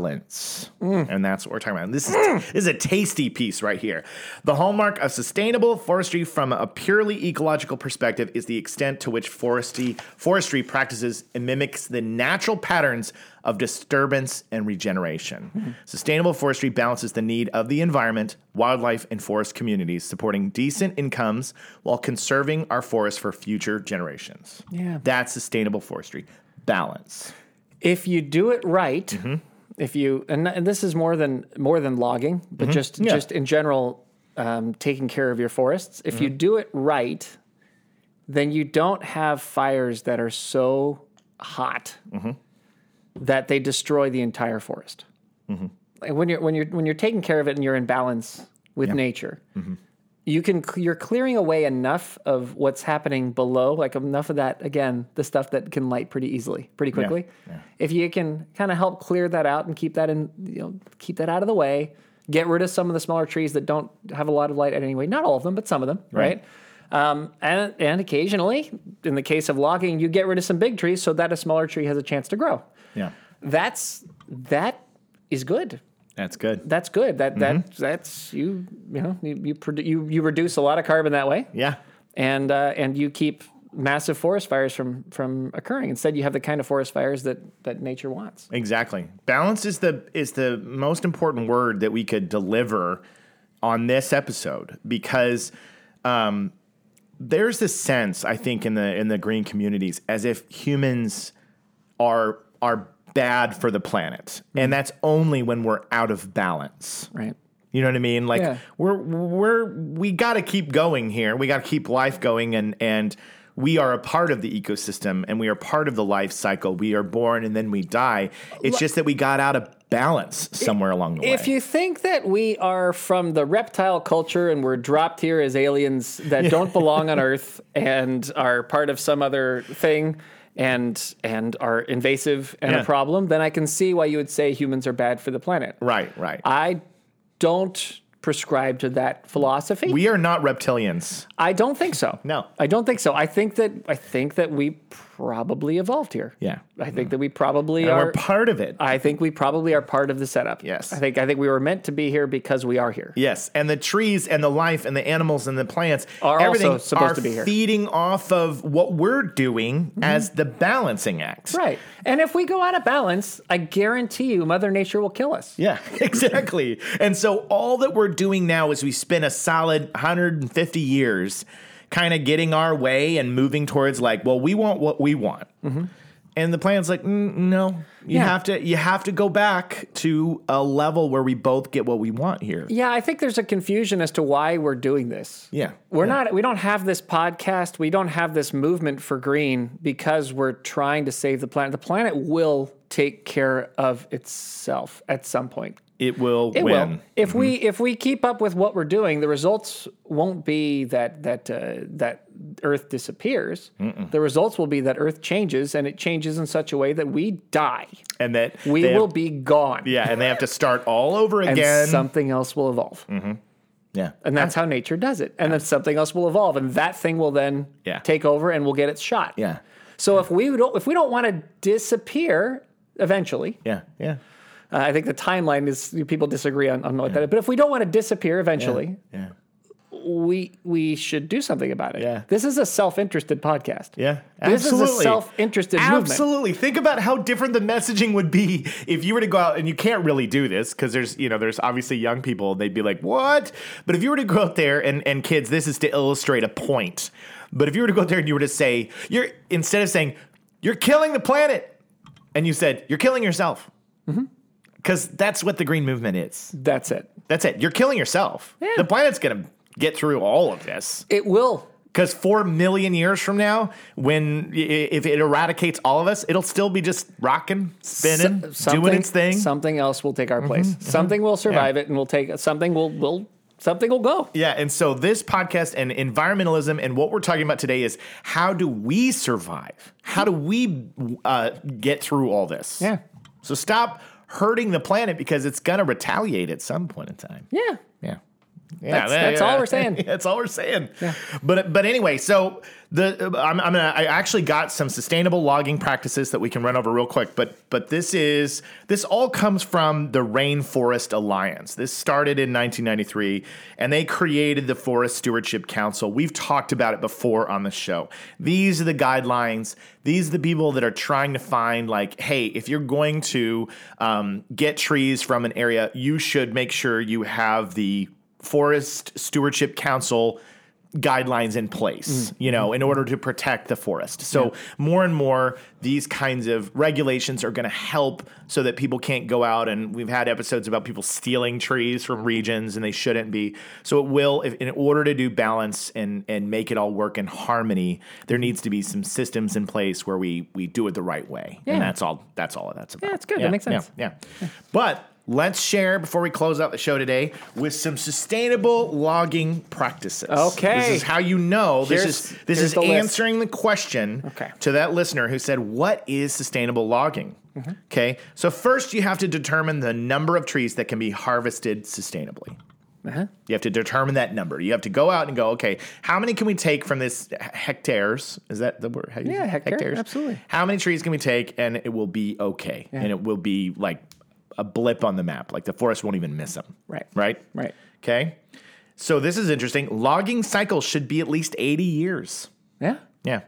balance. And that's what we're talking about. This is, this is a tasty piece right here. The hallmark of sustainable forestry from a purely ecological perspective is the extent to which forestry, forestry practices and mimics the natural patterns of disturbance and regeneration. Sustainable forestry balances the need of the environment, wildlife, and forest communities, supporting decent incomes while conserving our forests for future generations. Yeah. That's sustainable forestry balance. if you do it right, if you and, and this is more than more than logging, but just Yeah. just in general, um, taking care of your forests. If you do it right, then you don't have fires that are so hot that they destroy the entire forest. Like, when you're when you're when you're taking care of it and you're in balance with nature. You can cl- you're clearing away enough of what's happening below, like enough of that again, the stuff that can light pretty easily, pretty quickly. If you can kind of help clear that out and keep that in, you know, keep that out of the way, get rid of some of the smaller trees that don't have a lot of light anyway. Not all of them, but some of them, right? Um, and and occasionally, in the case of logging, you get rid of some big trees so that a smaller tree has a chance to grow. Yeah. That's that is good That's good. that's good. That that that's you you know you you, produ- you you reduce a lot of carbon that way, Yeah. and uh, and you keep massive forest fires from from occurring. Instead, you have the kind of forest fires that that nature wants. Exactly. Balance is the is the most important word that we could deliver on this episode because um, there's this sense I think in the in the green communities as if humans are are bad for the planet, and that's only when we're out of balance. Right. You know what I mean? Like Yeah. we're we're we got to keep going here. We got to keep life going and and we are a part of the ecosystem and we are part of the life cycle. We are born and then we die. It's just that we got out of balance somewhere along the If way. you think that we are from the reptile culture and we're dropped here as aliens that don't belong on Earth and are part of some other thing and and are invasive and Yeah. a problem, then I can see why you would say humans are bad for the planet. right, right. I don't prescribe to that philosophy. we are not reptilians. I don't think so. No. I don't think so. I think that I think that we probably evolved here. Yeah. I think that we probably And are we're part of it. I think we probably are part of the setup. Yes. I think I think we were meant to be here because we are here. Yes, and the trees and the life and the animals and the plants Are also everything supposed are to be here. Mm-hmm. feeding off of what we're doing as the balancing act. Right. And if we go out of balance, I guarantee you Mother Nature will kill us. Yeah, exactly. and so all that we're doing now is we spend a solid 150 years kind of getting our way and moving towards like, well, we want what we want. And the plan's like, mm, no, you Mm-hmm. Yeah. have to you have to go back to a level where we both get what we want here. Yeah, I think there's a confusion as to why we're doing this. Yeah. We're not we don't have this podcast, we don't have this movement for green because we're trying to save the planet. The planet will take care of itself at some point. It will It win. will. If we Mm-hmm. if we keep up with what we're doing, the results won't be that that uh, that Earth disappears. The results will be that Earth changes, and it changes in such a way that we die. And that We they have- will be gone, Yeah, and they have to start all over and again. Mm. something else will evolve. yeah. And that's how nature does it. And then something else will evolve, and that thing will then Yeah. take over, and we'll get its shot. Yeah. So if we don't if we don't want to disappear eventually, Yeah. Yeah. uh, I think the timeline is people disagree on, on what that is. But if we don't want to disappear eventually, Yeah. we we should do something about it. Yeah. This is a self-interested podcast. Yeah, This is a absolutely. self-interested movement. Absolutely. Think about how different the messaging would be if you were to go out and you can't really do this because there's you know there's obviously young people they'd be like what, but if you were to go out there and and kids this is to illustrate a point, but if you were to go out there and you were to say you're instead of saying you're killing the planet, and you said you're killing yourself, because that's what the green movement is. That's it. That's it. You're killing yourself. The planet's gonna get through all of this. It will. Because four million years from now, when i- if it eradicates all of us, it'll still be just rocking, spinning, So- something- doing its thing. Mm-hmm, Something else will take our place. Something will survive Yeah. it and will take something will will something will go. yeah, and so this podcast and environmentalism and what we're talking about today is how do we survive? How do we uh, get through all this? Yeah. So stop hurting the planet because it's gonna retaliate at some point in time. Yeah. Yeah. That's- that's all we're saying. that's all we're saying. But but anyway, so the I'm, I'm gonna I actually got some sustainable logging practices that we can run over real quick. But but this is this all comes from the Rainforest Alliance. This started in 1993, and they created the Forest Stewardship Council. We've talked about it before on the show. These are the guidelines. These are the people that are trying to find like, hey, if you're going to um, get trees from an area, you should make sure you have the Forest Stewardship Council guidelines in place, Mm. you know, Mm-hmm. in order to protect the forest. So more and more these kinds of regulations are going to help so that people can't go out and we've had episodes about people stealing trees from regions and they shouldn't be. So it will if in order to do balance and and make it all work in harmony, there needs to be some systems in place where we we do it the right way. Yeah. And that's all that's all that's about. Yeah, it's good. That makes sense. Yeah. yeah. But let's share before we close out the show today with some sustainable logging practices. Okay. This is how you know this Here's- is this here's is the list. answering the question Okay. to that listener who said, "What is sustainable logging?" Mm-hmm. Okay. So first you have to determine the number of trees that can be harvested sustainably. Uh-huh. You have to determine that number. You have to go out and go, okay, how many can we take from this h- hectares? Is that the word? How you Yeah, say- hectare, absolutely. How many trees can we take and it will be okay? And it will be like a blip on the map. Like the forest won't even miss them. Right. Right? Right. Okay. So this is interesting. Logging cycles should be at least 80 years. Yeah. Yeah.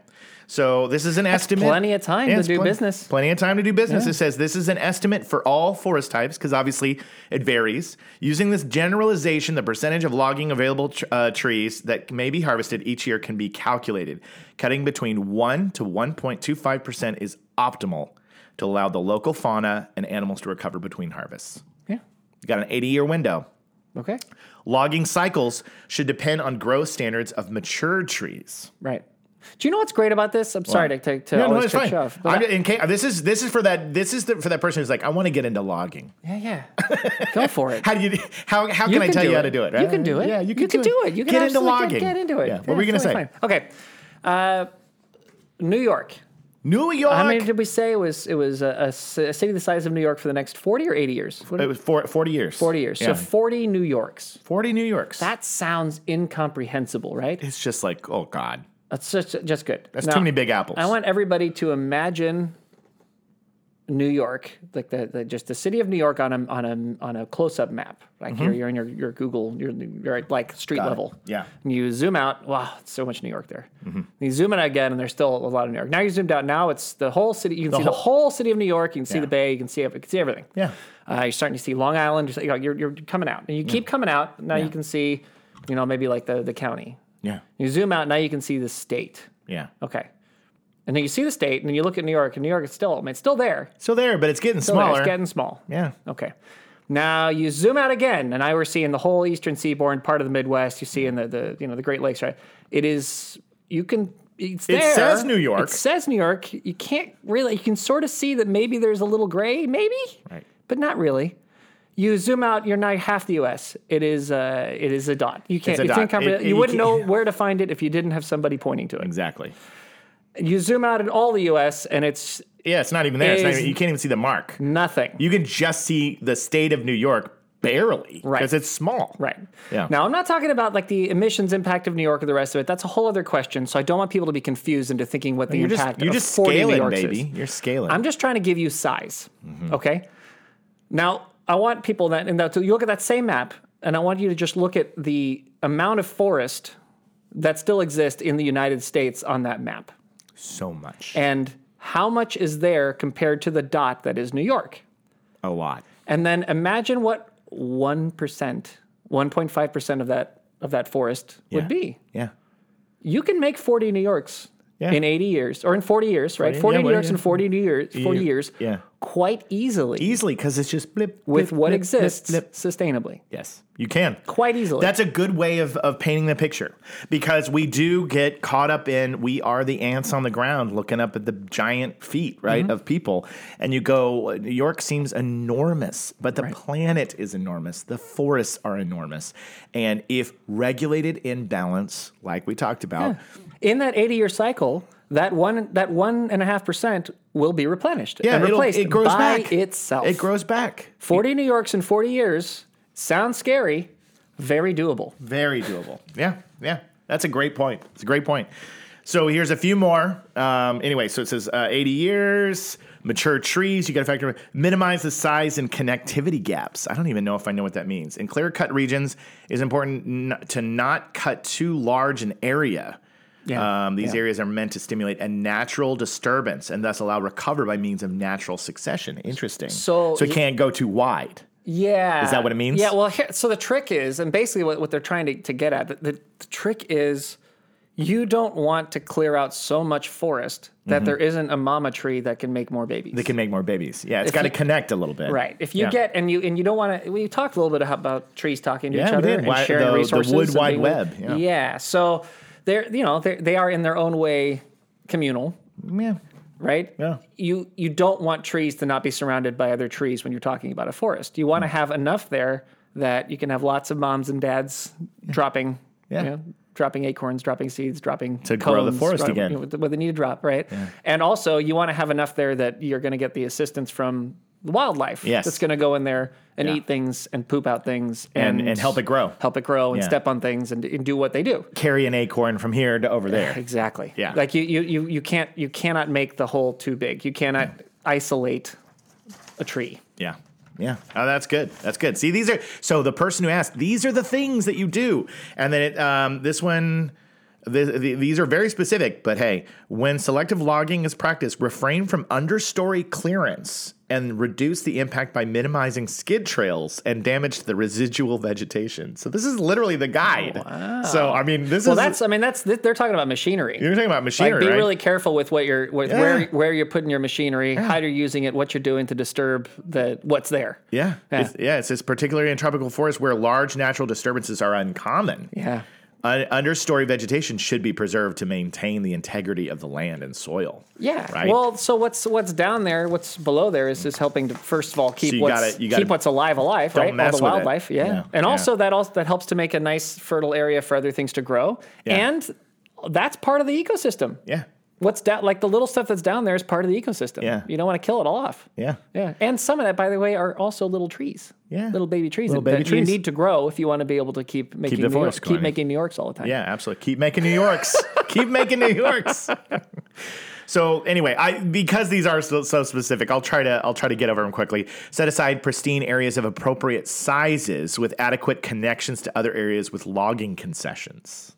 So this is an estimate. plenty of time to it's do business. Plenty of time to do business. It says this is an estimate for all forest types because obviously it varies. Using this generalization, the percentage of logging available tr- uh, trees that may be harvested each year can be calculated. Cutting between one to one point two five percent is optimal to allow the local fauna and animals to recover between harvests. Yeah. You got an eighty-year window. Okay. Logging cycles should depend on growth standards of mature trees. Right. Do you know what's great about this? I'm sorry to to, to No, no, always it's cut fine. you off. but I'm, I- in case, this is this is for that this is the, for that person who's like, I want to get into logging. yeah, yeah. Go for it. How do you how how can, You I can tell do you how it. to do it? You can do it. Yeah, you can, do, it. You can get into absolutely Get, logging. get into it. Yeah. What were you gonna it's say? totally fine. Okay. Uh, New York. New York. How many did we say it was? It was a, a ci- a city the size of New York for the next forty or eighty years. it was four, 40 years. Forty years. Yeah. So forty New Yorks. 40 New Yorks. That sounds incomprehensible, right? it's just like, oh God. That's just just good. That's Now, too many big apples. I want everybody to imagine New York, like the, the just the city of New York on a on a on a close up map. Like you're you're in your, your Google, you're, you're at like street Mm-hmm. it. level. Yeah. Mm-hmm. And you zoom out. Wow, it's so much New York there. And You zoom in again, and there's still a lot of New York. Now you zoomed out. Now it's the whole city. You can see the whole city of New York. You can see Yeah. the Bay. You can see you can see everything. Yeah. Uh, you're starting to see Long Island. You're, you're, you're coming out, and you keep coming out. Now you can see, you know, maybe like the the county. Yeah. You zoom out. Now you can see the state. Yeah. Okay. And then you see the state, and then you look at New York, and New York is still, I mean, it's still there. So there, but it's getting Still there. smaller. It's getting small. yeah. Okay. Now you zoom out again, and I were seeing the whole eastern seaboard, part of the Midwest. You see in the, the you know the Great Lakes, right? It is you can it's It there. says New York. It says New York. You can't really you can sort of see that maybe there's a little gray, maybe, Right. but not really. You zoom out, you're now half the U.S. It is uh, it is a dot. You can't. a it's dot. incomprehensible. It- you you wouldn't know can't- where to find it if you didn't have somebody pointing to it Exactly. you zoom out in all the U.S. and it's Yeah, it's not even there. It's not Is- even, you can't even see the mark. nothing. You can just see the state of New York barely. Right. Because it's small. right. Yeah. Now I'm not talking about like the emissions impact of New York or the rest of it. That's a whole other question. So I don't want people to be confused into thinking what the You're impact just you're of just 40 New scaling, Yorks baby. Mm-hmm. is. You're scaling. I'm just trying to give you size. Okay. Now I want people that and that to look at that same map, and I want you to just look at the amount of forest that still exists in the United States on that map, so much. and how much is there compared to the dot that is New York. a lot. And then imagine what 1%, 1.5% of that of that forest Yeah. would be. Yeah. You can make 40 New Yorks Yeah. in 80 years or in 40 years, right? 40, 40 yeah, New well, Yorks in yeah. 40 New Years, 40 Yeah. years. Yeah. Quite easily Easily because it's just blip. with blip, what blip, exists blip, blip. sustainably. Yes, you can. Quite easily. That's a good way of, of painting the picture because we do get caught up in we are the ants on the ground looking up at the giant feet, right, Mm-hmm. of people. And you go, New York seems enormous, but the planet is enormous. The forests are enormous. And if regulated in balance, like we talked about, in that 80 year cycle, that one that one and a half percent will be replenished and it'll- replaced it grows by back itself. It grows back. 40 New Yorks in 40 years sounds scary. Very doable. Very doable. Yeah, yeah. That's a great point. It's a great point. So here's a few more. Um, anyway, so it says uh, 80 years, mature trees. You got to factor minimize the size and connectivity gaps. I don't even know if I know what that means. In clear cut regions, is important n- to not cut too large an area. Yeah, Um, these yeah. areas are meant to stimulate a natural disturbance and thus allow recovery by means of natural succession. Interesting. So- so it can't go too wide. Yeah. Is that what it means? Yeah. Well, here, so the trick is, and basically what, what they're trying to, to get at, the, the, the trick is you don't want to clear out so much forest that there isn't a mama tree that can make more babies. Mm-hmm. They can make more babies. Yeah, it's got to you- connect a little bit. Right. If you Yeah. get and you and you don't want to, we talked a little bit about trees talking to Yeah, each we other did. and Wi- sharing the- the resources. wood and wide being- web, yeah. So they're you know they they are in their own way communal, Yeah. right? Yeah. You you don't want trees to not be surrounded by other trees when you're talking about a forest. You Mm. want to have enough there that you can have lots of moms and dads dropping. Yeah. you know, Dropping acorns, dropping seeds, dropping To grow the cones, forest dro- again. you know, what- what they need to drop, right? And also, you want to have enough there that you're going to get the assistance from the wildlife Yes. that's going to go in there and Yeah. eat things and poop out things And- and help it grow. help it grow, and Yeah. step on things and, and do what they do. carry an acorn from here to over there. Exactly. Yeah. Like you, you, you, you can't, you cannot make the hole too big. You cannot isolate a tree. Yeah. Yeah. Oh, that's good. That's good. See, these are so the person who asked, these are the things that you do. And then it, um, this one, th- th- these are very specific, but hey, when selective logging is practiced, refrain from understory clearance and reduce the impact by minimizing skid trails and damage to the residual vegetation. So this is literally the guide. So, I mean, this Well, is, that's, I mean, that's they're talking about machinery. you're talking about machinery, like be right? really careful with what you're with Yeah. where where you're putting your machinery, how you're using it, what you're doing to disturb the what's there. yeah. Yeah. It's, yeah. It says particularly in tropical forests where large natural disturbances are uncommon. Yeah. Un- understory vegetation should be preserved to maintain the integrity of the land and soil. Yeah. Right. Well, so what's what's down there, what's below there is is helping to first of all keep So you what's gotta- you gotta- keep what's alive alive, Don't right? mess all with the it. wildlife, yeah. Yeah. And Yeah. also that also that helps to make a nice fertile area for other things to grow. Yeah. And that's part of the ecosystem. Yeah. What's down like the little stuff that's down there is part of the ecosystem. Yeah. You don't want to kill it all off. Yeah. Yeah. And some of that, by the way, are also little trees. Yeah. Little baby trees Little that, baby that trees. you need to grow if you want to be able to keep making the New forest York, growing. keep making New Yorks all the time. Yeah, absolutely. Keep making New Yorks. Keep making New Yorks. So anyway, I because these are so, so specific, I'll try to I'll try to get over them quickly. Set aside pristine areas of appropriate sizes with adequate connections to other areas with logging concessions.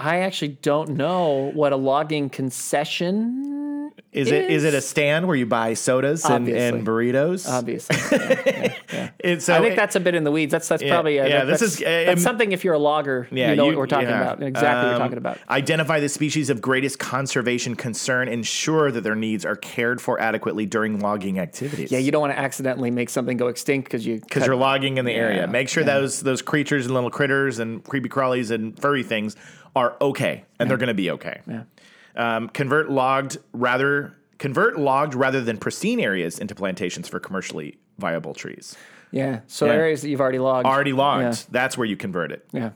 I actually don't know what a logging concession Is it is Is- it a stand where you buy sodas and, and burritos? obviously. It's- so I think it- that's a bit in the weeds. That's that's probably a, yeah, that- this that's- is, uh, that's um, something if you're a logger, you know what we're talking yeah. about and exactly what Um, you're talking about. Identify the species of greatest conservation concern. Ensure that their needs are cared for adequately during logging activities. Yeah, you don't want to accidentally make something go extinct because you because cut- you're logging in the area. Yeah, Make sure those those creatures and little critters and creepy crawlies and furry things are okay, and they're going to be okay. Um, convert logged rather convert logged rather than pristine areas into plantations for commercially viable trees. yeah. So Yeah. areas that you've already logged. Already logged. That's where you convert it. Yeah.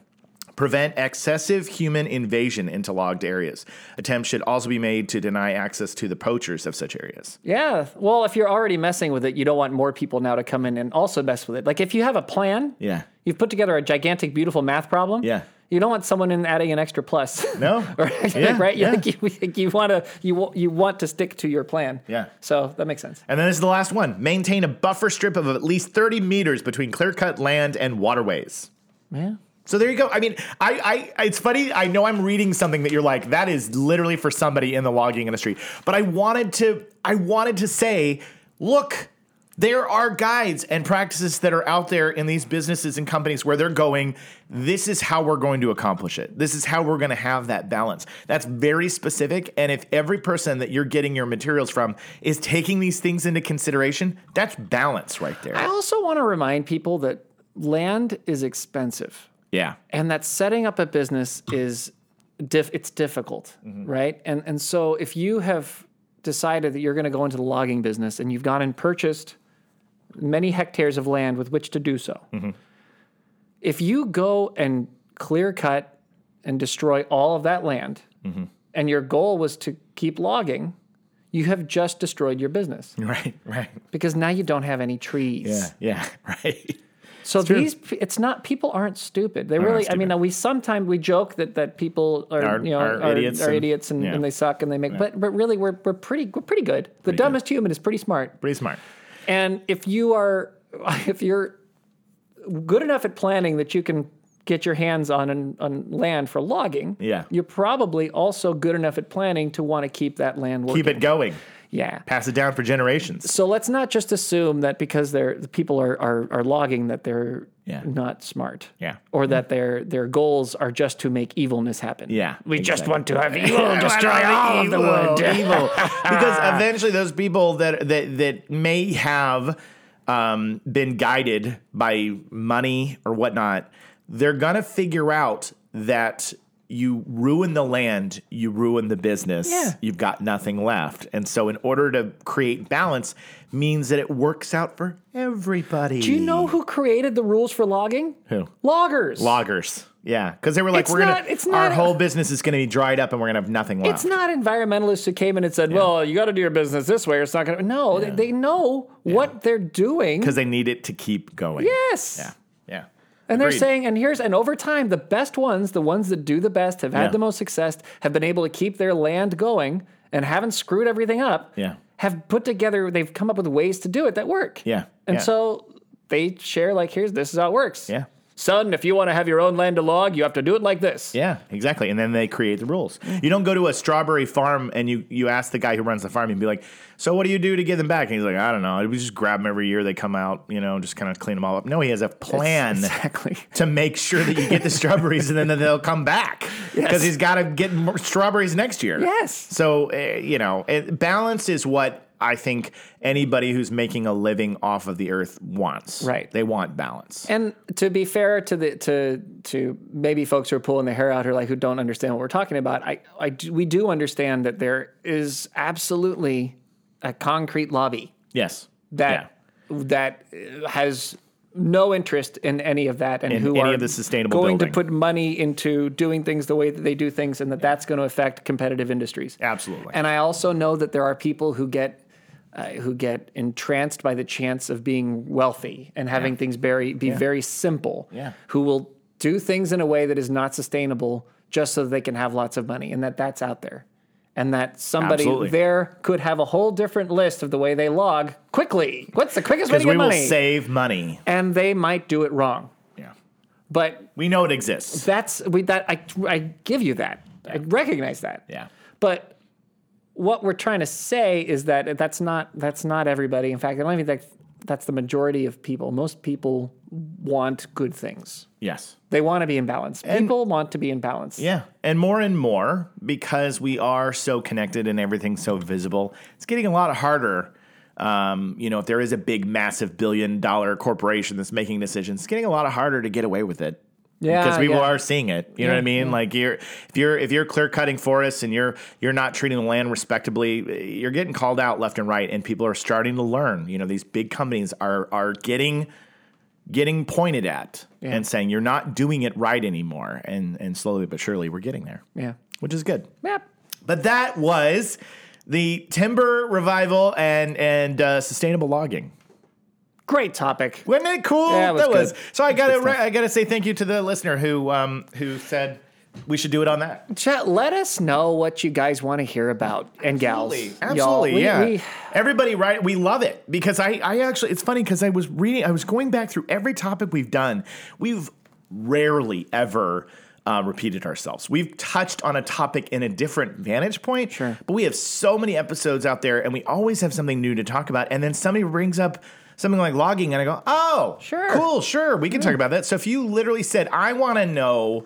Prevent excessive human invasion into logged areas. Attempts should also be made to deny access to the poachers of such areas. Yeah. Well, if you're already messing with it, you don't want more people now to come in and also mess with it. Like if you have a plan, Yeah. you've put together a gigantic, beautiful math problem. Yeah. You don't want someone in adding an extra plus. No. right? Yeah, right? yeah. Like, you, like, you want to you wa- you want to stick to your plan. Yeah. So that makes sense. And then this is the last one. Maintain a buffer strip of at least 30 meters between clear cut land and waterways. Yeah. So there you go. I mean, I, I, it's funny. I know I'm reading something that you're like, that is literally for somebody in the logging industry. But I wanted to, I wanted to say, look, there are guides and practices that are out there in these businesses and companies where they're going, this is how we're going to accomplish it. This is how we're going to have that balance. That's very specific. And if every person that you're getting your materials from is taking these things into consideration, that's balance right I there. also want to remind people that land is expensive. Yeah. and that setting up a business is diff it's difficult right and and so if you have decided that you're going to go into the logging business and you've gone and purchased many hectares of land with which to do so if you go and clear cut and destroy all of that land and your goal was to keep logging you have just destroyed your business Right. Right. because now you don't have any trees Yeah. Right. So true. these, pe- it's not people aren't stupid. They really, I not mean, we sometimes we joke that that people are, Are- you know are are, idiots, idiots are and- idiots and, yeah. and they suck and they make, but but really we're we're pretty we're pretty good. The good. dumbest human is pretty smart. Pretty smart. And if you are, if you're good enough at planning that you can get your hands on an, on land for logging, Yeah. you're probably also good enough at planning to want to keep that land working. Keep it going. yeah. Pass it down for generations. So let's not just assume that because they're the people are are, are logging that they're Yeah. not smart. Yeah. Mm-hmm. Or that their their goals are just to make evilness happen. Yeah, We just exactly. want to have evil destroy Destroy all of the wood. evil. because eventually, those people that that that may have um, been guided by money or whatnot, they're gonna figure out that you ruin the land, you ruin the business, Yeah. you've got nothing left. And so, in order to create balance, means that it works out for everybody. Do you know who created the rules for logging? Who? Loggers. Loggers, yeah, because they were like, It's "We're not- gonna, it's our not- whole business is gonna be dried up, and we're gonna have nothing left." It's not environmentalists who came in and said, "Well, you got to do your business this way, or it's not going to." No, they, they know what they're doing. because they need it to keep going. Yes. Yeah. Yeah. And they're Agreed. saying, and here's, and over time, the best ones, the ones that do the best, have had Yeah. the most success, have been able to keep their land going and haven't screwed everything up. Yeah. Have put together, they've come up with ways to do it that work. Yeah. And Yeah. so they share, like, here's, this is how it works. Yeah. Son, if you want to have your own land to log, you have to do it like this. Yeah, exactly. And then they create the rules. You don't go to a strawberry farm and you, you ask the guy who runs the farm and be like, so what do you do to get them back? And he's like, I don't know. We just grab them every year. They come out, you know, just kind of clean them all up. No, he has a plan Exactly. to make sure that you get the strawberries and then they'll come back because Yes. he's got to get more strawberries next year. Yes. So, uh, you know, it, balance is what I think anybody who's making a living off of the earth wants. Right. They want balance. And to be fair to the to to maybe folks who are pulling their hair out or like who don't understand what we're talking about, I, I do, we do understand that there is absolutely a concrete lobby yes. Yeah. that that uh, has no interest in any of that and In who any are of the sustainable going building. to put money into doing things the way that they do things and that that's going to affect competitive industries Absolutely. and i also know that there are people who get uh, who get entranced by the chance of being wealthy and having things very be very simple Yeah. who will do things in a way that is not sustainable just so that they can have lots of money and that that's out there and that somebody Absolutely. there could have a whole different list of the way they log quickly what's the quickest way to Because get we will money save money. and they might do it wrong Yeah. but We know it exists. that's we that I I give you that. I recognize that. Yeah. But what we're trying to say is that that's not that's not everybody. In fact, I don't even think that's the majority of people. Most people want good things. Yes. They want to be in balance. people want to be in balance. Yeah. And more and more, because we are so connected and everything's so visible, it's getting a lot harder. Um, you know, if there is a big, massive billion dollar corporation that's making decisions, it's getting a lot harder to get away with it. Yeah, because people yeah. are seeing it. You know what I mean? Like you're if you're if you're clear cutting forests and you're you're not treating the land respectably, you're getting called out left and right, and people are starting to learn. You know, these big companies are are getting getting pointed at and saying you're not doing it right anymore. And and slowly but surely we're getting there. Yeah. Which is good. Yep. But that was the timber revival and and uh, sustainable logging. Great topic. Wasn't it cool? Yeah, it was that was. good. So I gotta I gotta say thank you to the listener who um who said we should do it on that. Chat, let us know what you guys want to hear about and gals. Absolutely, Y'all, we- yeah. we- Everybody, right? We love it because I, I actually, it's funny because I was reading, I was going back through every topic we've done. We've rarely ever uh, repeated ourselves. We've touched on a topic in a different vantage point, Sure. but we have so many episodes out there, and we always have something new to talk about. And then somebody brings up. Something like logging, and I go, oh, Sure. cool, sure, we can talk about that. So if you literally said, I want to know,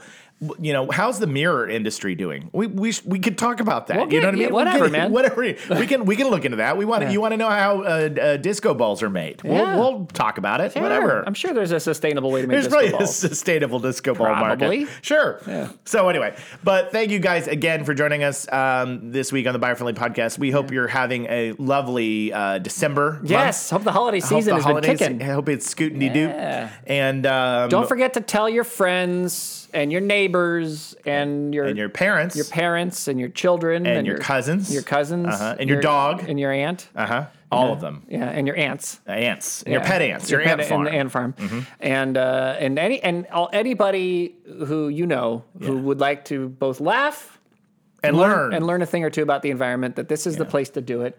you know, how's the mirror industry doing? We we, sh- we could talk about that. We'll you know get- what I yeah, mean? We'll whatever, get- man. whatever it is. we can we can look into that. We want to you want to know how uh, uh, disco balls are made. Yeah. We'll, we'll talk about it. Whatever. I'm sure there's a sustainable way to make There's this probably balls. a sustainable disco ball Probably. market. Sure. So anyway, but thank you guys again for joining us um, this week on the Biofriendly Podcast. We hope you're having a lovely uh, December. Yes. month. Hope the holiday I hope season the has holidays- been kicking. I hope it's scootin' doo. Yeah. And um, Don't forget to tell your friends and your neighbors and your and your parents. your parents and your children And your cousins. your cousins, Uh-huh. And your dog. and your aunt. Uh huh. all of them. Yeah, and your aunts. Ants, your Yeah. pet ants, your, ant pet- farm. And, ant farm. Mm-hmm. And uh, and any and all, anybody who you know who would like to both laugh and learn. and learn a thing or two about the environment, that this is the place to do it.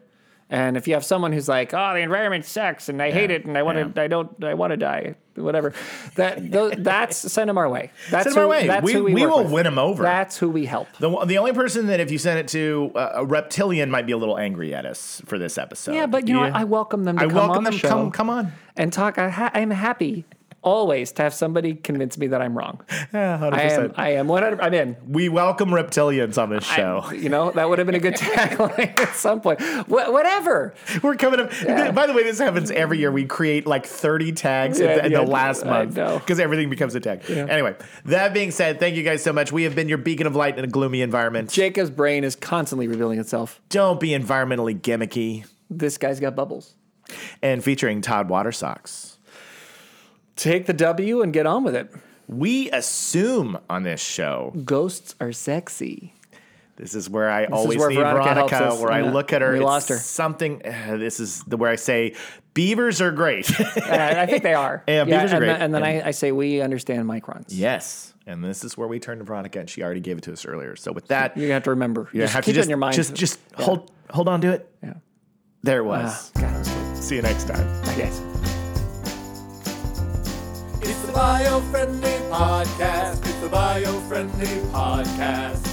And if you have someone who's like, "Oh, the environment sucks, and I hate it, and I want to, I don't, I want to die, whatever," that tho- that's send them our way. That's Send 'em our who- way. That's We- who we we work will with. win 'em over. That's who we help. The, one- the only person that if you sent it to uh, a reptilian might be a little angry at us for this episode. Yeah, but you know, what? Yeah. I welcome them. To I come welcome on the them. Show. Come, come on. and talk. I ha- I'm happy always to have somebody convince me that I'm wrong. I am. 100%. I am 100. I'm in. we welcome reptilians on this show. You know that would have been a good tagline at some point. Wha whatever. We're coming up. By the way, this happens every year. We create like 30 tags Yeah, at the, in yeah, the last I month know. because everything becomes a tag. Anyway, that being said, thank you guys so much. We have been your beacon of light in a gloomy environment. Jacob's brain is constantly revealing itself. Don't be environmentally gimmicky. This guy's got bubbles. And featuring Todd Watersocks. Take the W and get on with it. We assume on this show Ghosts are sexy. This is where I is always where need Veronica Veronica, helps us. where I Yeah. look at her. We it's lost her. Something. uh, this is the where I say beavers are great. Uh, I, I think they are. Yeah, beavers and are great. Then, and then I, I say we understand microns. yes, and this is where we turn to Veronica, and she already gave it to us earlier. So with that, You have to remember. you just have keep it to just in your mind. just just hold hold on to it. Yeah. There it Ah, was. God, that was good. See you next time. Yes. It's the bio friendly podcast. It's the bio friendly podcast.